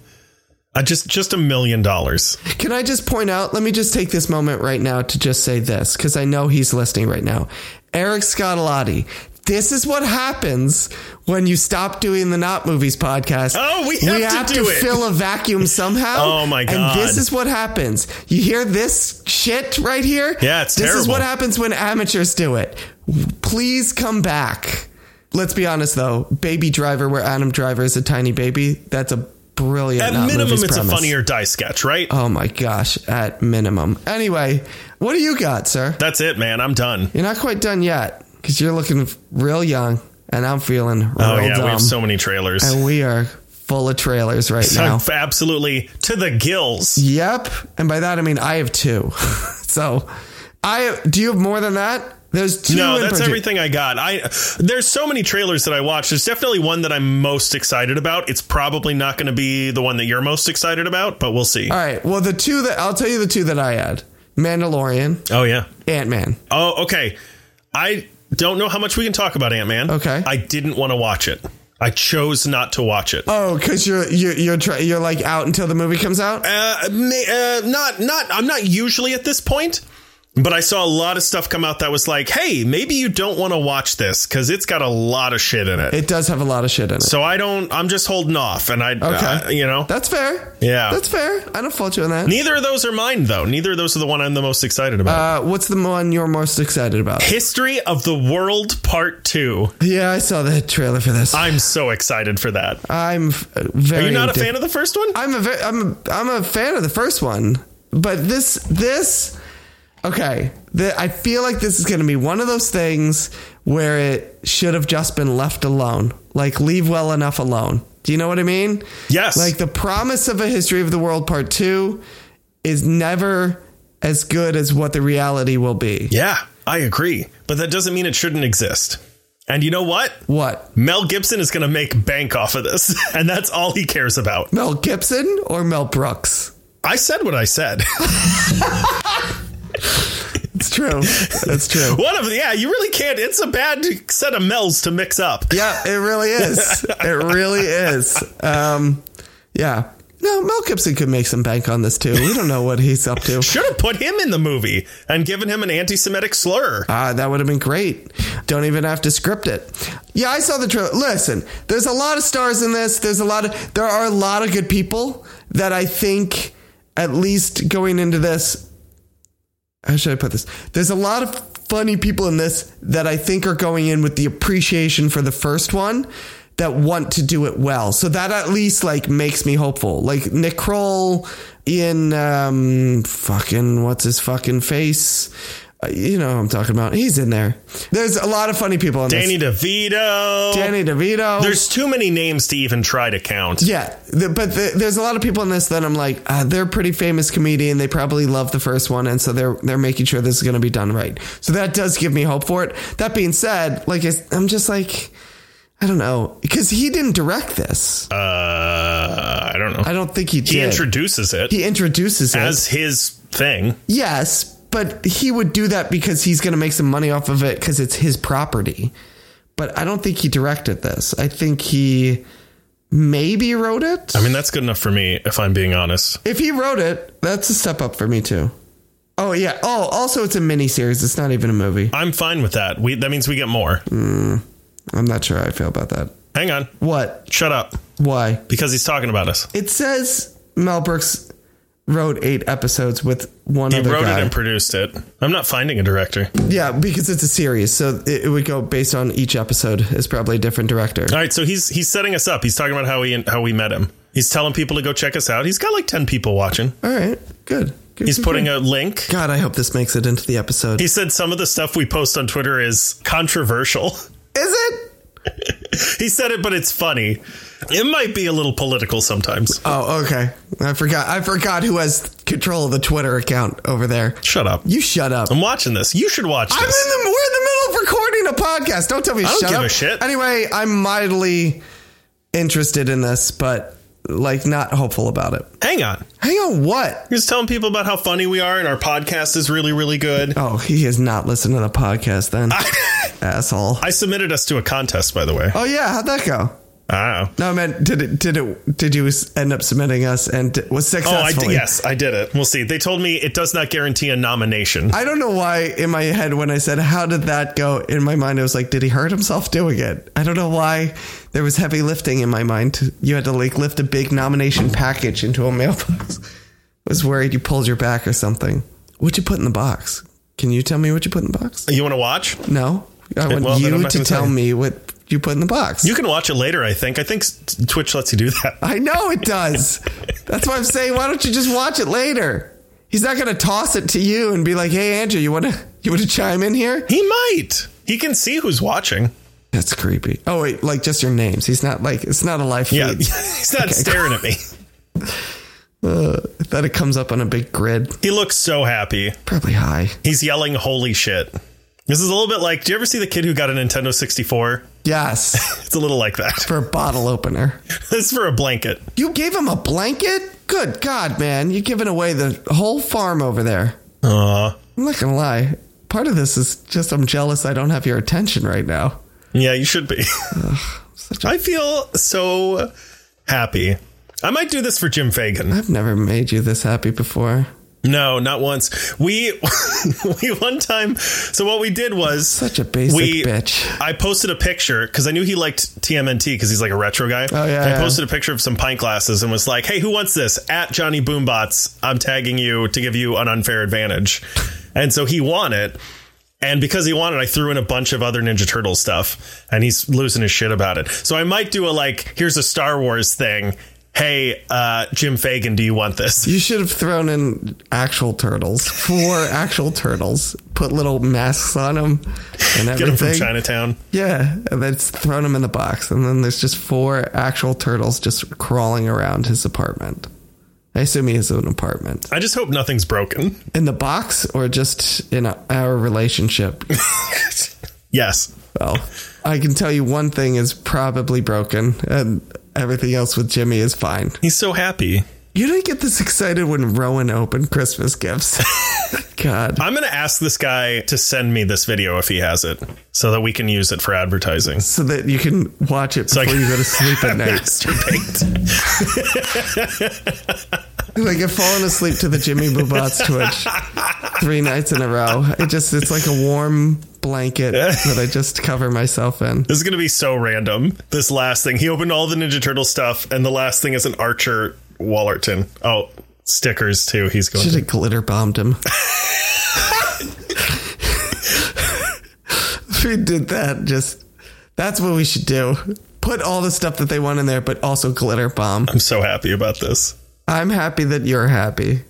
C: Uh, just just a million dollars.
B: Can I just point out? Let me just take this moment right now to just say this, because I know he's listening right now. Eric Scottolotti. This is what happens when you stop doing the Not Movies podcast.
C: Oh, we have to do it.
B: fill a vacuum somehow.
C: Oh, my God.
B: And this is what happens. You hear this shit right here?
C: Yeah, it's
B: This is
C: terrible.
B: what happens when amateurs do it. Please come back. Let's be honest though, Baby Driver, where Adam Driver is a tiny baby, that's a brilliant.
C: At
B: Not
C: minimum,
B: Movies
C: it's
B: premise.
C: a funnier die sketch, right?
B: Oh my gosh, at minimum. Anyway, what do you got, sir?
C: That's it, man. I'm done.
B: You're not quite done yet because you're looking real young and I'm feeling real
C: Oh yeah,
B: dumb.
C: we have so many trailers.
B: and we are full of trailers right
C: So
B: now.
C: f- absolutely to the gills.
B: Yep. And by that I mean I have two. so I do you have more than that? There's two.
C: No,
B: in
C: that's
B: partic-
C: everything I got. I there's so many trailers that I watched. There's definitely one that I'm most excited about. It's probably not going to be the one that you're most excited about, but we'll see.
B: All right. Well, the two that I'll tell you the two that I had: Mandalorian,
C: Oh yeah.
B: Ant Man.
C: Oh, okay. I don't know how much we can talk about Ant Man.
B: Okay.
C: I didn't want to watch it. I chose not to watch it.
B: Oh, because you're you're you're, tra- you're like out until the movie comes out.
C: Uh, may- uh, not, not. I'm not usually at this point, but I saw a lot of stuff come out that was like, "Hey, maybe you don't want to watch this because it's got a lot of shit in it."
B: It does have a lot of shit in it.
C: so I don't. I'm just holding off, and I, uh, you know,
B: That's fair.
C: Yeah.
B: That's fair. I don't fault you on that.
C: neither of those are mine though. Neither of those are the one I'm the most excited about.
B: Uh, what's the one you're most excited about?
C: History of the World Part Two.
B: Yeah, I saw the trailer for this.
C: I'm so excited for that.
B: I'm f- very.
C: Are you not a
B: di-
C: fan of the first one?
B: I'm a very, I'm a, I'm a fan of the first one, but this this okay. The, I feel like this is going to be one of those things where it should have just been left alone. Like leave well enough alone. Do you know what I mean?
C: Yes.
B: Like the promise of a history of the world part 2 is never as good as what the reality will be.
C: Yeah, I agree. But that doesn't mean it shouldn't exist. And you know what?
B: What?
C: Mel Gibson is going to make bank off of this, and that's all he cares about.
B: Mel Gibson or Mel Brooks?
C: I said what I said.
B: It's true. That's true.
C: One of the, yeah, you really can't. It's a bad set of Mel's to mix up.
B: Yeah, it really is. It really is. Um, yeah. No, Mel Gibson could make some bank on this too. We don't know what he's up to.
C: Should have put him in the movie and given him an anti-Semitic slur.
B: Ah, that would have been great. Don't even have to script it. Yeah, I saw the trailer. Listen, there's a lot of stars in this. There's a lot of there are a lot of good people that I think at least going into this. How should I put this? There's a lot of funny people in this that I think are going in with the appreciation for the first one that want to do it well. So that at least like makes me hopeful. Like Nick Kroll in um fucking what's his fucking face? Uh, you know who I'm talking about. He's in there. There's a lot of funny people in
C: Danny
B: this.
C: DeVito.
B: Danny DeVito.
C: There's too many names to even try to count.
B: Yeah, th but th there's a lot of people in this that I'm like, ah, they're a pretty famous comedian. They probably love the first one, and so they're they're making sure this is going to be done right. So that does give me hope for it. That being said, like I, am just like, I don't know, because he didn't direct this.
C: Uh, I don't know.
B: I don't think he did.
C: he introduces it
B: he introduces it.
C: as his thing.
B: Yes, but he would do that because he's going to make some money off of it because it's his property. But I don't think he directed this. I think he maybe wrote it.
C: I mean, that's good enough for me, if I'm being honest.
B: If he wrote it, that's a step up for me too. Oh yeah. Oh, also it's a miniseries. It's not even a movie.
C: I'm fine with that. We that means we get more.
B: I'm not sure how I feel about that.
C: Hang on.
B: What?
C: Shut up.
B: Why?
C: Because he's talking about us.
B: It says Mel Brooks wrote eight episodes with one
C: He
B: other
C: wrote
B: guy.
C: it and produced it. I'm not finding a director.
B: yeah, because it's a series, so it, it would go based on each episode. Is probably a different director.
C: All right, so he's he's setting us up. He's talking about how we how we met him. He's telling people to go check us out. He's got like ten people watching.
B: All right, good. good
C: He's
B: good,
C: putting
B: good.
C: a link.
B: God, I hope this makes it into the episode.
C: He said some of the stuff we post on Twitter is controversial.
B: Is it?
C: He said it, but it's funny. It might be a little political sometimes.
B: Oh, okay. I forgot. I forgot who has control of the Twitter account over there.
C: Shut up.
B: You shut up.
C: I'm watching this. You should watch
B: I'm in
C: this.
B: the we're in the middle of recording a podcast. Don't tell me
C: don't
B: shut
C: give
B: up.
C: a shit.
B: Anyway, I'm mildly interested in this, but like not hopeful about it.
C: Hang on.
B: Hang on, what?
C: He was telling people about how funny we are and our podcast is really, really good.
B: Oh, he is not listening to the podcast then. Asshole.
C: I submitted us to a contest, by the way.
B: oh yeah, how'd that go?
C: Oh.
B: No, I meant did it did it did you s- end up submitting us and d- was
C: Oh, I
B: successful?
C: did, yes, I did it. We'll see. They told me it does not guarantee a nomination.
B: I don't know why in my head when I said how did that go in my mind I was like did he hurt himself doing it? I don't know why there was heavy lifting in my mind. You had to like lift a big nomination package into a mailbox. I was worried you pulled your back or something. What'd you put in the box? Can you tell me what you put in the box?
C: you want to watch?
B: No, I want
C: well, then I'm
B: you
C: not
B: to
C: gonna
B: tell
C: tell you.
B: me what you put in the box.
C: You can watch it later, I think. I think s- Twitch lets you do that.
B: I know it does. That's why I'm saying why don't you just watch it later? He's not gonna toss it to you and be like, hey Andrew, you wanna you wanna chime in here?
C: He might. He can see who's watching.
B: That's creepy. Oh wait, like just your names. He's not like it's not a live feed.
C: Yeah. He's not staring at me.
B: I thought it comes up on a big grid.
C: He looks so happy.
B: Probably high.
C: He's yelling, holy shit. This is a little bit like, do you ever see the kid who got a Nintendo 64?
B: Yes,
C: It's a little like that.
B: for a bottle opener.
C: this is for a blanket.
B: You gave him a blanket? Good God, man! You're giving away the whole farm over there.
C: Aw.
B: I'm not gonna lie. Part of this is just I'm jealous. I don't have your attention right now.
C: Yeah, you should be.
B: such
C: I feel so happy. I might do this for Jim Fagan.
B: I've never made you this happy before.
C: No, not once. We we one time. So what we did was
B: Such a basic
C: We-
B: bitch.
C: I posted a picture because I knew he liked TMNT because he's like a retro guy.
B: Oh, yeah,
C: And I
B: yeah.
C: posted a picture of some pint glasses and was like, "Hey, who wants this?" At Johnny Boombots, I'm tagging you to give you an unfair advantage. And so he won it. And because he won it, I threw in a bunch of other Ninja Turtle stuff, and he's losing his shit about it. So I might do a like, here's a Star Wars thing. Hey, uh, Jim Fagan, do you want this?
B: You should have thrown in actual turtles, four actual turtles. Put little masks on them and everything.
C: Get him from Chinatown.
B: Yeah, and then it's thrown him in the box, and then there's just four actual turtles just crawling around his apartment. I assume he has an apartment
C: I just hope nothing's broken.
B: in the box, or just in our relationship.
C: Yes.
B: well, I can tell you one thing is probably broken, and everything else with Jimmy is fine.
C: He's so happy.
B: You didn't get this excited when Rowan opened Christmas gifts. God,
C: I'm going to ask this guy to send me this video if he has it so that we can use it for advertising.
B: so that you can watch it before
C: I can-
B: you go to sleep at night.
C: Masturbate.
B: like I've fallen asleep to the Jimmy Boo Bots Twitch three nights in a row. It just it's like a warm blanket that I just cover myself in.
C: this is going to be so random. This last thing. He opened all the Ninja Turtle stuff, and the last thing is an Archer Wallerton. Oh, stickers too. He's going
B: Should
C: to.
B: have glitter bombed him. if we did that, just that's what we should do. Put all the stuff that they want in there, but also glitter bomb.
C: I'm so happy about this.
B: I'm happy that you're happy.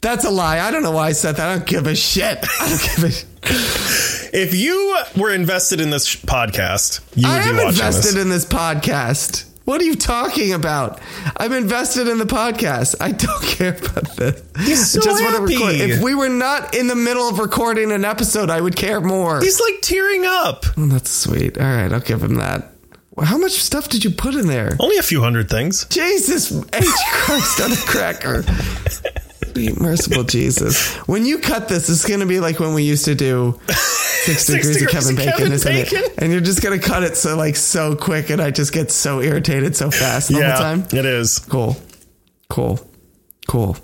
B: That's a lie. I don't know why I said that. I don't give a shit. I don't give a shit.
C: If you were invested in this sh- podcast, you would
B: I
C: be
B: am
C: watching
B: invested
C: this.
B: in this podcast. What are you talking about? I'm invested in the podcast. I don't care about this.
C: so
B: I just want to
C: happy.
B: record. If we were not in the middle of recording an episode, I would care more.
C: He's like tearing up.
B: Oh, that's sweet. All right, I'll give him that. How much stuff did you put in there?
C: Only a few hundred things.
B: Jesus H Christ on a cracker. Be merciful, Jesus. When you cut this, it's going to be like when we used to do Six, Degrees, of
C: Degrees
B: Kevin
C: of
B: Bacon,
C: Kevin
B: isn't
C: Bacon.
B: it? And you're just going to cut it so like so quick, and I just get so irritated so fast all
C: yeah,
B: the time.
C: it is.
B: Cool, cool, cool,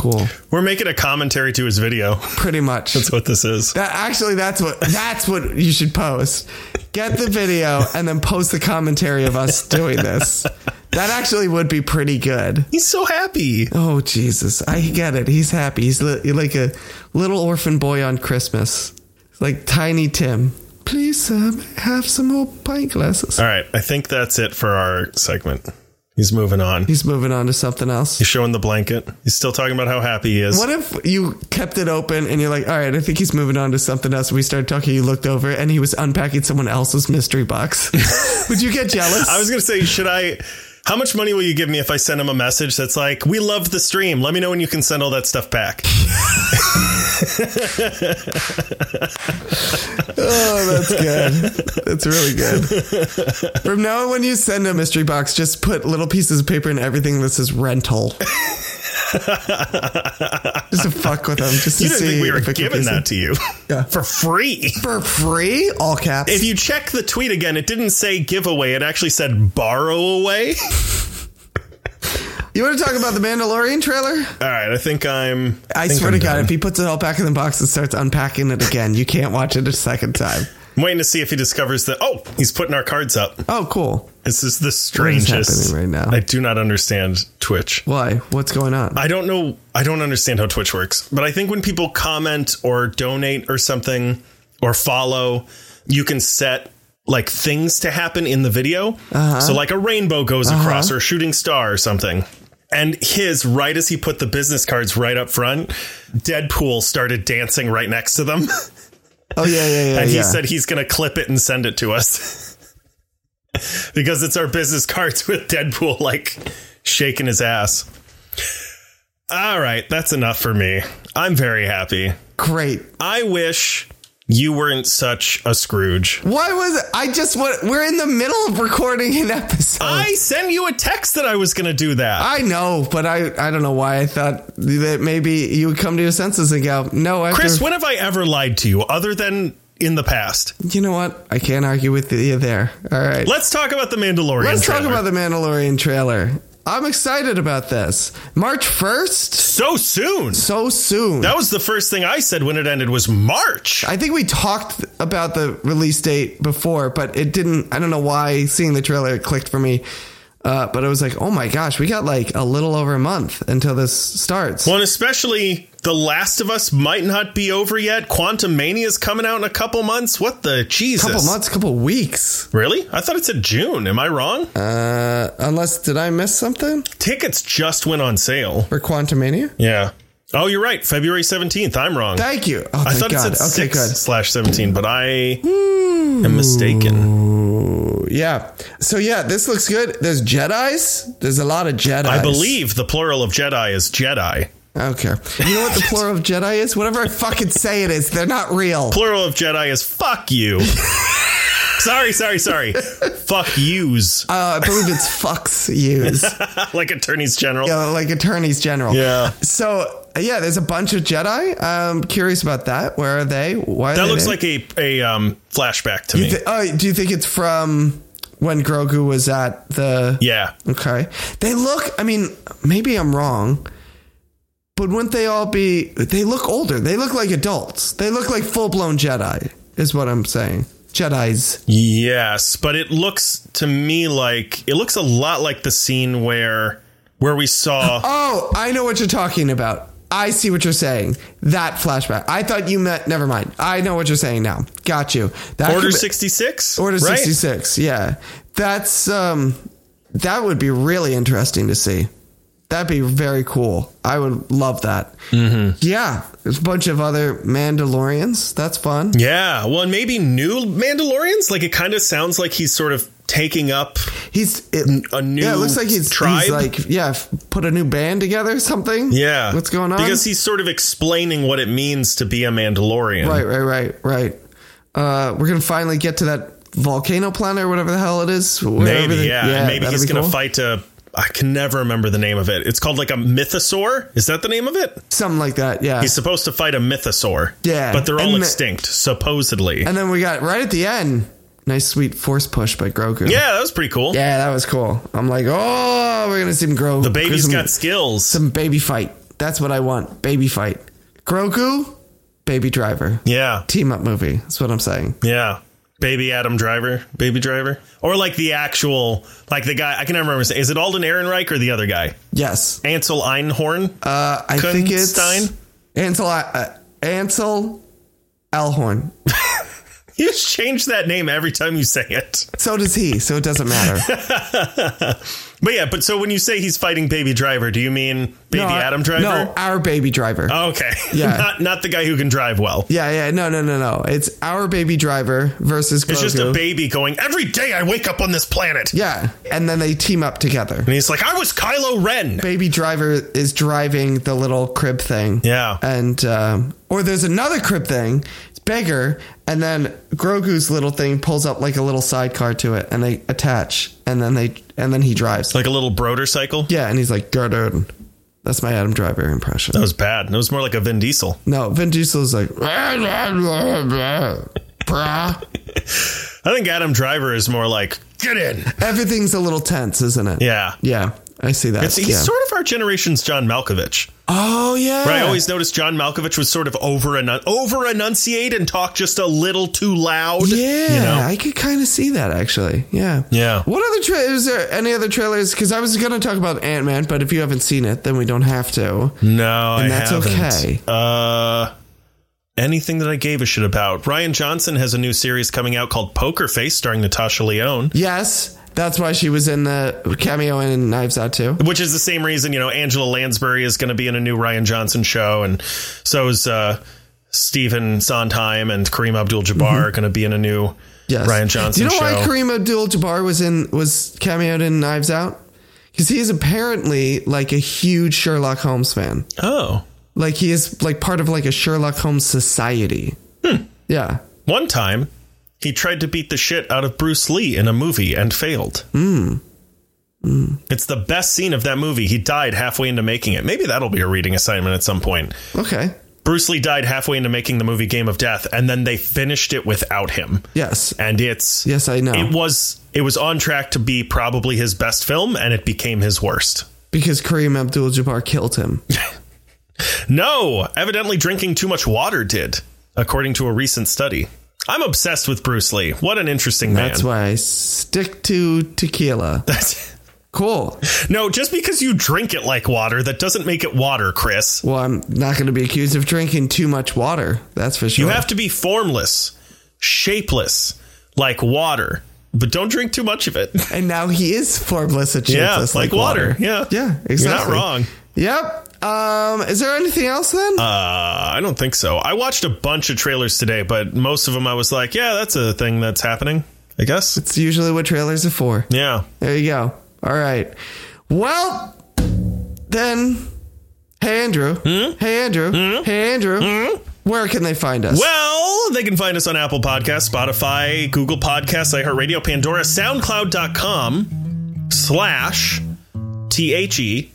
B: cool.
C: We're making a commentary to his video.
B: Pretty much.
C: That's what this is.
B: That actually, that's what that's what you should post. Get the video and then post the commentary of us doing this. That actually would be pretty good.
C: He's so happy.
B: Oh Jesus, I get it. He's happy. He's li- like a little orphan boy on Christmas, like Tiny Tim. Please uh, have some more pint glasses.
C: All right, I think that's it for our segment. He's moving on.
B: He's moving on to something else.
C: He's showing the blanket. He's still talking about how happy he is.
B: What if you kept it open and you're like, all right, I think he's moving on to something else. We started talking, you looked over and he was unpacking someone else's mystery box. Would you get jealous?
C: I was gonna say, should I? How much money will you give me if I send him a message that's like, "We love the stream. Let me know when you can send all that stuff back."
B: oh, that's good. That's really good. From now on, when you send a mystery box, just put little pieces of paper in everything that says rental. just to fuck with them. Just
C: You
B: to
C: didn't
B: see
C: think we were
B: if it
C: giving
B: confused them.
C: that to you
B: Yeah.
C: for free.
B: for free. All caps.
C: If you check the tweet again, it didn't say giveaway. It actually said borrow away.
B: you want to talk about the Mandalorian trailer?
C: All right, I think I'm.
B: I,
C: think
B: swear
C: I'm
B: to God,
C: done.
B: if he puts it all back in the box and starts unpacking it again, you can't watch it a second time.
C: I'm waiting to see if he discovers that. Oh, he's putting our cards up.
B: Oh, cool.
C: This is the
B: What is
C: strangest.
B: happening right now?
C: I do not understand Twitch.
B: Why? What's going on?
C: I don't know. I don't understand how Twitch works, but I think when people comment or donate or something or follow, you can set like things to happen in the video. So like a rainbow goes across or a shooting star or something. And his right as he put the business cards right up front, Deadpool started dancing right next to them,
B: oh yeah, yeah, yeah.
C: and
B: yeah.
C: he said he's going to clip it and send it to us because it's our business cards with Deadpool like shaking his ass. All right, that's enough for me. I'm very happy.
B: "Great."
C: I wish you weren't such a Scrooge.
B: Why was I just? What? We're in the middle of recording an episode.
C: I sent you a text that I was going to do that.
B: I know, but I I don't know why I thought that maybe you would come to your senses and go, no, after,
C: Chris, when have I ever lied to you other than in the past?
B: you know what? I can't argue with you there. All right.
C: Let's talk about the Mandalorian.
B: Let's talk
C: trailer.
B: about the Mandalorian trailer. I'm excited about this. March 1st?
C: so soon.
B: So soon.
C: That was the first thing I said when it ended was March.
B: I think we talked about the release date before, but it didn't. I don't know why seeing the trailer it clicked for me. Uh, but it was like, oh my gosh, we got like a little over a month until this starts.
C: Well, and especially The Last of Us might not be over yet. Quantum Mania's coming out in a couple months. What the Jesus?
B: couple months, couple weeks.
C: Really? I thought it said June. Am I wrong?
B: Uh, unless, did I miss something
C: Tickets just went on sale.
B: for Quantumania?
C: Yeah. Oh, you're right. February 17th. I'm wrong.
B: Thank you. Oh,
C: I
B: thank
C: thought
B: God.
C: it said
B: okay, Hmm.
C: 6 slash 17, but I am mistaken.
B: good. Yeah. So yeah, this looks good. There's Jedi's. There's a lot of Jedi's.
C: I believe the plural of Jedi is Jedi.
B: Okay. You know what the plural of Jedi is? Whatever I fucking say it is, they're not real.
C: Plural of Jedi is fuck you. sorry, sorry, sorry. fuck yous.
B: Uh, I believe it's fucks used.
C: like attorneys general.
B: you know, like attorneys general.
C: Yeah.
B: So yeah, there's a bunch of Jedi. I'm curious about that. Where are they? Why? Are
C: That
B: they
C: looks
B: there?
C: like a, a um, flashback to me.
B: Th- oh, do you think it's from when Grogu was at the?
C: yeah.
B: Okay. They look. I mean, maybe I'm wrong. But wouldn't they all be? They look older. They look like adults. They look like full blown Jedi. Is what I'm saying. Jedi's.
C: Yes, but it looks to me like it looks a lot like the scene where where we saw
B: Oh, I know what you're talking about. I see what you're saying. That flashback. I thought you meant. Never mind. I know what you're saying now. Got you. That
C: Order
B: could be-
C: 66.
B: Order
C: right?
B: 66. Yeah. That's um that would be really interesting to see. That'd be very cool. I would love that. Mm-hmm. Yeah. There's a bunch of other Mandalorians. That's fun.
C: Yeah, well, and maybe new Mandalorians. Like it kind of sounds like he's sort of taking up.
B: He's it,
C: A new
B: Yeah, it looks like he's,
C: tribe?
B: he's like yeah, f- put a new band together or something.
C: Yeah,
B: What's going on?
C: Because he's sort of explaining what it means to be a Mandalorian.
B: right, right, right, right. Uh we're going to finally get to that volcano planet or whatever the hell it is. wherever
C: Maybe,
B: the-
C: yeah. and maybe
B: that'd
C: he's
B: be
C: going to
B: cool.
C: fight a. I can never remember the name of it. It's called like a mythosaur. Is that the name of it?
B: something like that. Yeah.
C: He's supposed to fight a mythosaur.
B: Yeah,
C: but they're all
B: and the-
C: extinct supposedly.
B: And then we got right at the end, nice sweet force push by Grogu.
C: yeah, that was pretty cool.
B: Yeah, that was cool. I'm like, oh, we're gonna see him grow.
C: The baby's
B: some,
C: got skills.
B: some baby fight. That's what I want. Baby fight. Grogu, baby driver.
C: yeah.
B: Team up movie. That's what I'm saying.
C: Yeah. Baby Adam Driver, Baby Driver, or like the actual, like the guy I can never remember. His name. Is it Alden Ehrenreich or the other guy,
B: Yes.
C: Ansel Einhorn?
B: Uh, I think it's
C: Kunstein?
B: Ansel uh, Ansel Elhorn.
C: you just change that name every time you say it.
B: So does he. So it doesn't matter.
C: But yeah, but so when you say he's fighting Baby Driver, do you mean Baby
B: No,
C: Adam
B: our-
C: Driver? Oh.
B: No, our baby driver.
C: Okay,
B: Yeah.
C: not not the guy who can drive well.
B: Yeah, yeah, no, no, no, no. It's our baby driver versus Grogu.
C: It's just a baby going every day. I wake up on this planet,
B: yeah, and then they team up together.
C: and he's like, I was Kylo Ren.
B: Baby driver is driving the little crib thing.
C: Yeah.
B: and um, or there's another crib thing. It's bigger, and then Grogu's little thing pulls up like a little sidecar to it, and they attach, and then they and then he drives.
C: Like a little broder cycle.
B: yeah, and he's like, "Garden." That's my Adam Driver impression.
C: That was bad. It was more like a Vin Diesel.
B: No, Vin Diesel's like, "Bruh."
C: I think Adam Driver is more like get in.
B: everything's a little tense, isn't it?
C: Yeah.
B: Yeah, I see that.
C: He's
B: yeah.
C: sort of our generation's John Malkovich.
B: oh yeah.
C: But I always noticed John Malkovich was sort of over enun- over enunciate and talk just a little too loud.
B: Yeah,
C: You know?
B: I could kind of see that actually. Yeah.
C: Yeah.
B: What other tra- is there any other trailers? Because I was going to talk about Ant Man, but if you haven't seen it, then we don't have to.
C: No, I
B: And that's
C: haven't.
B: okay.
C: Uh, anything that I gave a shit about. Ryan Johnson has a new series coming out called Poker Face, starring Natasha Leone.
B: Yes, that's why she was in the cameo in Knives Out too.
C: Which is the same reason, you know, Angela Lansbury is going to be in a new Ryan Johnson show, and so is uh, Stephen Sondheim and Kareem Abdul-Jabbar are going to be in a new
B: Mm-hmm. Yes.
C: Ryan Johnson
B: Do you know
C: show.
B: why Kareem Abdul-Jabbar was in was cameoed in Knives Out? Because he is apparently like a huge Sherlock Holmes fan.
C: oh,
B: Like he is like part of like a Sherlock Holmes society.
C: Hmm.
B: Yeah.
C: one time he tried to beat the shit out of Bruce Lee in a movie and failed.
B: Mm.
C: It's the best scene of that movie. He died halfway into making it. Maybe that'll be a reading assignment at some point.
B: Okay.
C: Bruce Lee died halfway into making the movie Game of Death, and then they finished it without him.
B: Yes.
C: And it's
B: Yes, I know.
C: it was it was on track to be probably his best film, and it became his worst.
B: Because Kareem Abdul Jabbar killed him.
C: No, evidently drinking too much water did, according to a recent study. I'm obsessed with Bruce Lee. What an interesting
B: That's
C: man.
B: why I stick to tequila.
C: That's
B: Cool.
C: No, just because you drink it like water, that doesn't make it water, Chris.
B: Well, I'm not going to be accused of drinking too much water. That's for sure.
C: You have to be formless, shapeless, like water, but don't drink too much of it.
B: and now he is formless and
C: Yeah,
B: shapeless
C: like water. Yeah.
B: Yeah, exactly.
C: You're not wrong.
B: Yep. Um, is there anything else then?
C: Uh, I don't think so. I watched a bunch of trailers today, but most of them I was like, yeah, that's a thing that's happening, I guess.
B: it's usually what trailers are for.
C: Yeah.
B: There you go. All right. Well, then. Hey, Andrew.
C: Hmm?
B: Hey, Andrew. Hey, Andrew. Where can they find us?
C: Well, they can find us on Apple Podcasts, Spotify, Google Podcasts, iHeartRadio, Pandora, SoundCloud.com slash T H E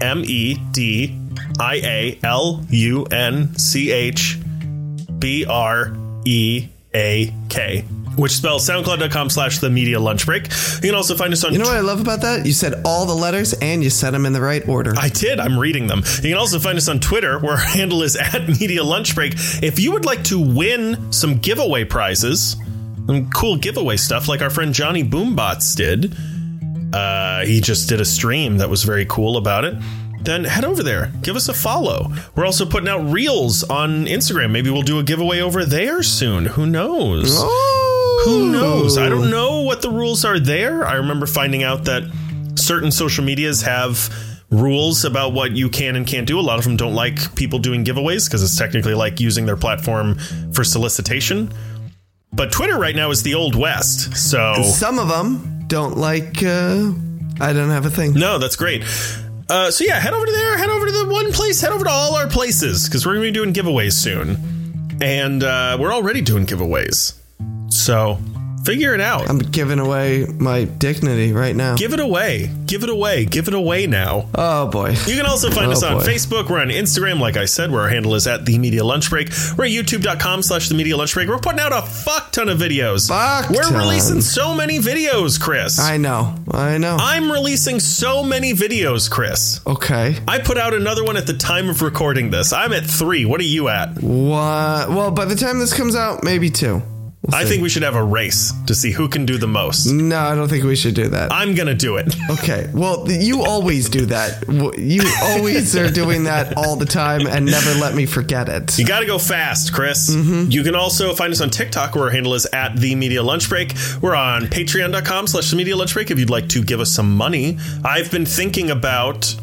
C: M E D I A L U N C H B R E A K, which spells SoundCloud.com slash the media lunch break. You can also find us on
B: You know what I love about that? You said all the letters and you said them in the right order.
C: I did. I'm reading them. You can also find us on Twitter, where our handle is at Media Lunch Break. If you would like to win some giveaway prizes, some cool giveaway stuff, like our friend Johnny Boombots did, uh, he just did a stream that was very cool about it. Then head over there, give us a follow. We're also putting out reels on Instagram. Maybe we'll do a giveaway over there soon. Who knows?
B: Oh.
C: Who knows? I don't know what the rules are there. I remember finding out that certain social medias have rules about what you can and can't do. A lot of them don't like people doing giveaways because it's technically like using their platform for solicitation. But Twitter right now is the old west. So
B: Some of them don't like. Uh, I don't have a thing.
C: no, that's great. Uh, so yeah, head over to there, head over to the one place, head over to all our places because we're going to be doing giveaways soon. And uh, we're already doing giveaways. So figure it out.
B: I'm giving away my dignity right now.
C: Give it away. Give it away. Give it away now.
B: oh boy.
C: You can also find us
B: Oh,
C: on
B: boy.
C: Facebook. We're on Instagram, like I said, where our handle is at the Media Lunch Break. We're at youtube.com slash the Media Lunch Break. We're putting out a fuck ton of videos.
B: Fuck
C: We're
B: ton.
C: releasing so many videos, Chris.
B: I know. I know.
C: I'm releasing so many videos, Chris.
B: okay.
C: I put out another one at the time of recording this. I'm at three. What are you at?
B: What? Well, by the time this comes out, maybe two.
C: I think we should have a race to see who can do the most.
B: No, I don't think we should do that.
C: I'm going to do it.
B: Okay. Well, th- you always do that. W- You always are doing that all the time and never let me forget it.
C: You got to go fast, Chris. You can also find us on TikTok, where our handle is at the Media Lunch Break. We're on patreon.com slash the Media Lunch Break if you'd like to give us some money. I've been thinking about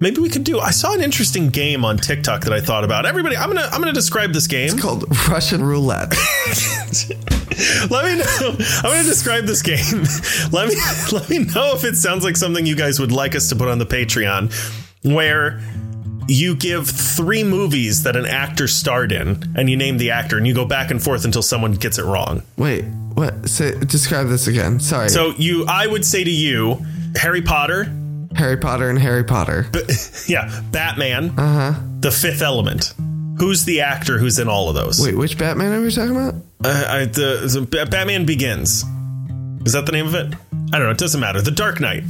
C: maybe we could do. I saw an interesting game on TikTok that I thought about. Everybody, I'm gonna I'm gonna describe this game.
B: Called Russian roulette.
C: Let me know. I'm going to describe this game. Let me let me know if it sounds like something you guys would like us to put on the Patreon, where you give three movies that an actor starred in, and you name the actor, and you go back and forth until someone gets it wrong.
B: Wait, what? Say, describe this again. Sorry.
C: So you, I would say to you, Harry Potter,
B: Harry Potter and Harry Potter.
C: b- yeah, Batman, The Fifth Element. Who's the actor who's in all of those?
B: Wait, which Batman are we talking about?
C: Uh, I, the, the Ba- Batman Begins. Is that the name of it? I don't know. It doesn't matter. The Dark Knight.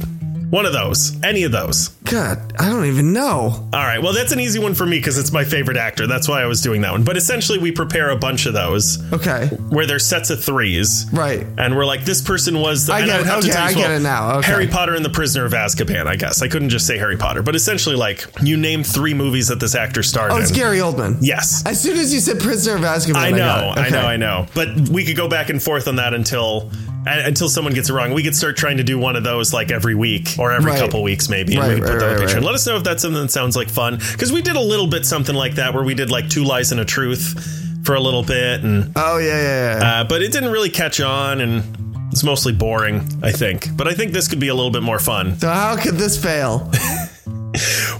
C: One of those. Any of those.
B: God, I don't even know.
C: All right. Well, that's an easy one for me because it's my favorite actor. That's why I was doing that one. But essentially, we prepare a bunch of those
B: Okay.
C: where there's sets of threes.
B: Right.
C: And we're like, this person was. The,
B: I
C: and
B: get
C: would
B: it.
C: have to
B: Okay,
C: tell you
B: I
C: as
B: get it now. Okay.
C: Harry Potter and the Prisoner of Azkaban, I guess. I couldn't just say Harry Potter. But essentially, like, you name three movies that this actor starred
B: Oh,
C: in.
B: it's Gary Oldman.
C: Yes.
B: As soon as you said Prisoner of Azkaban,
C: I
B: I,
C: know,
B: got it.
C: I know,
B: Okay.
C: I know. But we could go back and forth on that until uh, until someone gets it wrong. We could start trying to do one of those like every week or every
B: Right.
C: couple weeks, maybe. And
B: Right,
C: we could put
B: right,
C: that on
B: right,
C: Patreon.
B: right.
C: Let us know if that's something that sounds like fun because we did a little bit something like that where we did like two lies and a truth for a little bit, and
B: Oh yeah, yeah, yeah.
C: uh, but it didn't really catch on, and it's mostly boring, I think. But I think this could be a little bit more fun.
B: so how could this fail?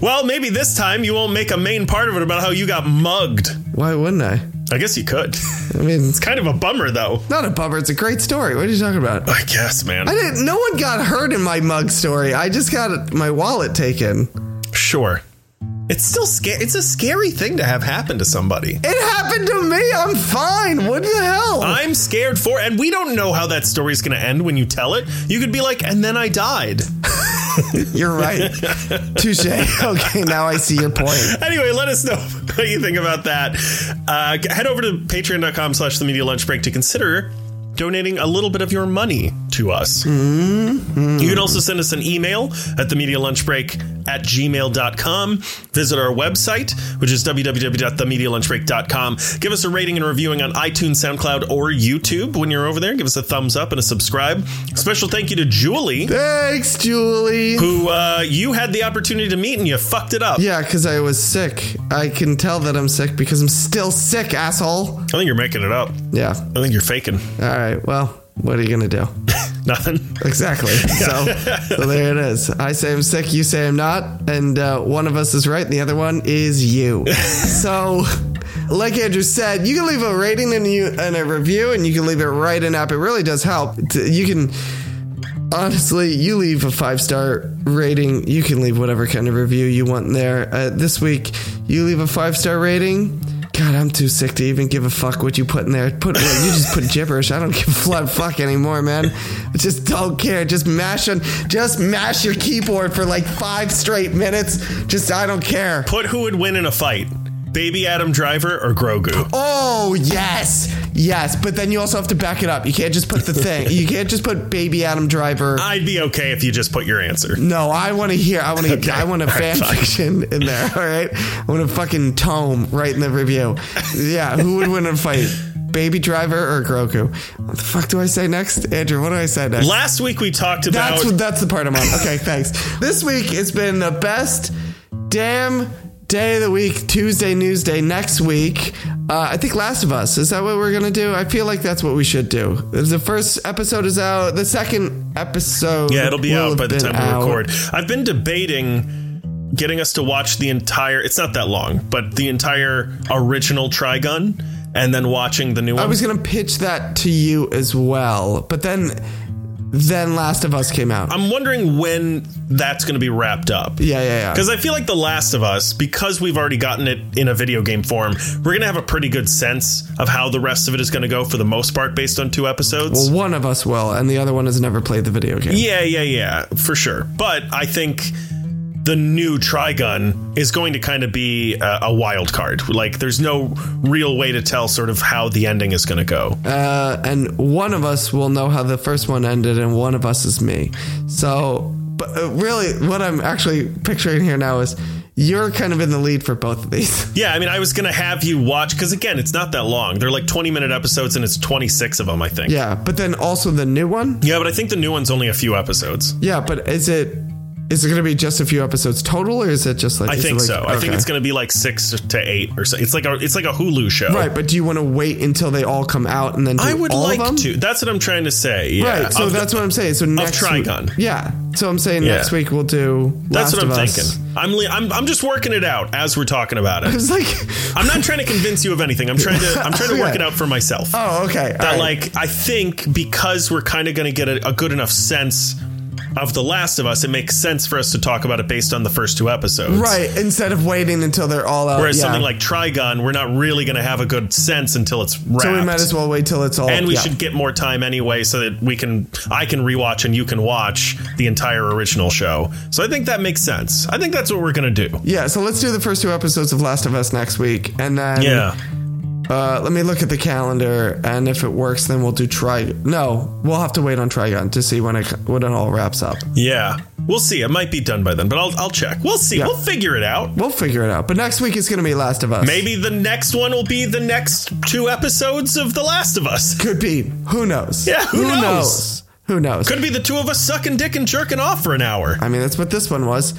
C: Well, maybe this time you won't make a main part of it about how you got mugged.
B: Why wouldn't I?
C: I guess you could.
B: I mean, it's
C: it's kind of a bummer though.
B: not a bummer. It's a great story. What are you talking about?
C: I guess, man.
B: I didn't. No one got hurt in my mug story. I just got my wallet taken.
C: Sure. It's still scary. It's a scary thing to have happen to somebody.
B: It happened to me. I'm fine. What the hell?
C: I'm scared for, and we don't know how that story's going to end when you tell it. You could be like, and then I died.
B: You're right. Touche. Okay, now I see your point.
C: Anyway, let us know what you think about that. Uh, head over to patreon.com slash the media lunch break to consider donating a little bit of your money to us. You can also send us an email at the media lunch break at gmail.com. Visit our website, which is www.themedialunchbreak.com. Give us a rating and reviewing on iTunes, SoundCloud, or YouTube when you're over there. Give us a thumbs up and a subscribe. Special thank you to Julie,
B: Thanks, Julie.
C: who uh, you had the opportunity to meet and you fucked it up.
B: Yeah, because I was sick. I can tell that I'm sick because I'm still sick, asshole.
C: I think you're making it up.
B: Yeah.
C: I think you're faking.
B: All right. Well, what are you gonna do?
C: Nothing.
B: Exactly. So, so there it is. I say I'm sick. You say I'm not. And uh, one of us is right. And the other one is you. so, like Andrew said, you can leave a rating and you and a review, and you can leave it right in app. It really does help. T- You can. Honestly, you leave a five star rating. You can leave whatever kind of review you want in there. Uh, this week, you leave a five star rating. God, I'm too sick to even give a fuck what you put in there. Put well, you just put gibberish. I don't give a flat fuck anymore, man. I just don't care. Just mash on, just mash your keyboard for like five straight minutes. Just I don't care.
C: Put who would win in a fight, baby Adam Driver or Grogu?
B: Oh yes, yes. But then you also have to back it up. You can't just put the thing. You can't just put baby Adam Driver.
C: I'd be okay if you just put your answer.
B: No, I want to hear. I want to. I want a fan fiction in there. All right, I want a fucking tome right in the review. Yeah, who would win in a fight, Baby Driver or Grogu? What the fuck do I say next, Andrew? What do I say next?
C: Last week we talked about
B: That's that's the part I'm on. Okay, thanks. This week it's been the best damn day of the week. Tuesday news day. Next week, uh, I think Last of Us. Is that what we're gonna do? I feel like that's what we should do. The first episode is out. The second episode.
C: yeah, it'll be
B: will
C: out
B: have
C: by the
B: been
C: time
B: out.
C: we record. I've been debating getting us to watch the entire. It's not that long, but the entire original Trigun, and then watching the new one.
B: I was gonna pitch that to you as well, but then then Last of Us came out.
C: I'm wondering when that's going to be wrapped up.
B: yeah, yeah, yeah.
C: Because I feel like The Last of Us, because we've already gotten it in a video game form, we're going to have a pretty good sense of how the rest of it is going to go for the most part based on two episodes.
B: Well, one of us will, and the other one has never played the video game.
C: Yeah, yeah, yeah, for sure. But I think the new Trigun is going to kind of be a, a wild card. Like, there's no real way to tell sort of how the ending is going to go.
B: Uh, and one of us will know how the first one ended, and one of us is me. So, but uh, really, what I'm actually picturing here now is you're kind of in the lead for both of these.
C: Yeah, I mean, I was going to have you watch because, again, it's not that long. They're like 20 minute episodes, and it's 26 of them, I think.
B: yeah, but then also the new one.
C: Yeah, but I think the new one's only a few episodes.
B: Yeah, but is it is it going to be just a few episodes total, or is it just like
C: I
B: is it
C: think
B: like-
C: so. I think
B: okay.
C: it's going to be like six to eight or so. It's like a it's like a Hulu show.
B: Right, but do you want to wait until they all come out and then do
C: I would
B: all of
C: like
B: them?
C: to. That's what I'm trying to say. Yeah.
B: Right, so
C: Of the-
B: that's what I'm saying. So next week-
C: Trigon.
B: yeah. So I'm saying
C: Yeah.
B: next week we'll do.
C: that's
B: Last
C: what I'm
B: of Us.
C: thinking. I'm, le- I'm I'm just working it out as we're talking about it.
B: It's like,
C: I'm not trying to convince you of anything. I'm trying to I'm trying to work
B: Okay.
C: it out for myself.
B: oh, okay.
C: that
B: all right.
C: like I think because we're kind of going to get a, a good enough sense of The Last of Us, it makes sense for us to talk about it based on the first two episodes.
B: Right, instead of waiting until they're all out.
C: Whereas
B: yeah.
C: something like Trigun, we're not really going to have a good sense until it's wrapped.
B: So we might as well wait till it's all.
C: and we
B: yeah.
C: should get more time anyway so that we can I can rewatch and you can watch the entire original show. So I think that makes sense. I think that's what we're going to do.
B: Yeah, so let's do the first two episodes of Last of Us next week, and then
C: Yeah.
B: uh, let me look at the calendar, and if it works, then we'll do try. No, we'll have to wait on Trigon to see when it when it all wraps up.
C: Yeah. We'll see. It might be done by then, but I'll I'll check. We'll see. We'll figure it out.
B: We'll figure it out. But next week is going to be Last of Us.
C: Maybe the next one will be the next two episodes of The Last of Us.
B: could be. Who knows?
C: Yeah, who knows?
B: Who knows?
C: Could be the two of us sucking dick and jerking off for an hour.
B: I mean, that's what this one was.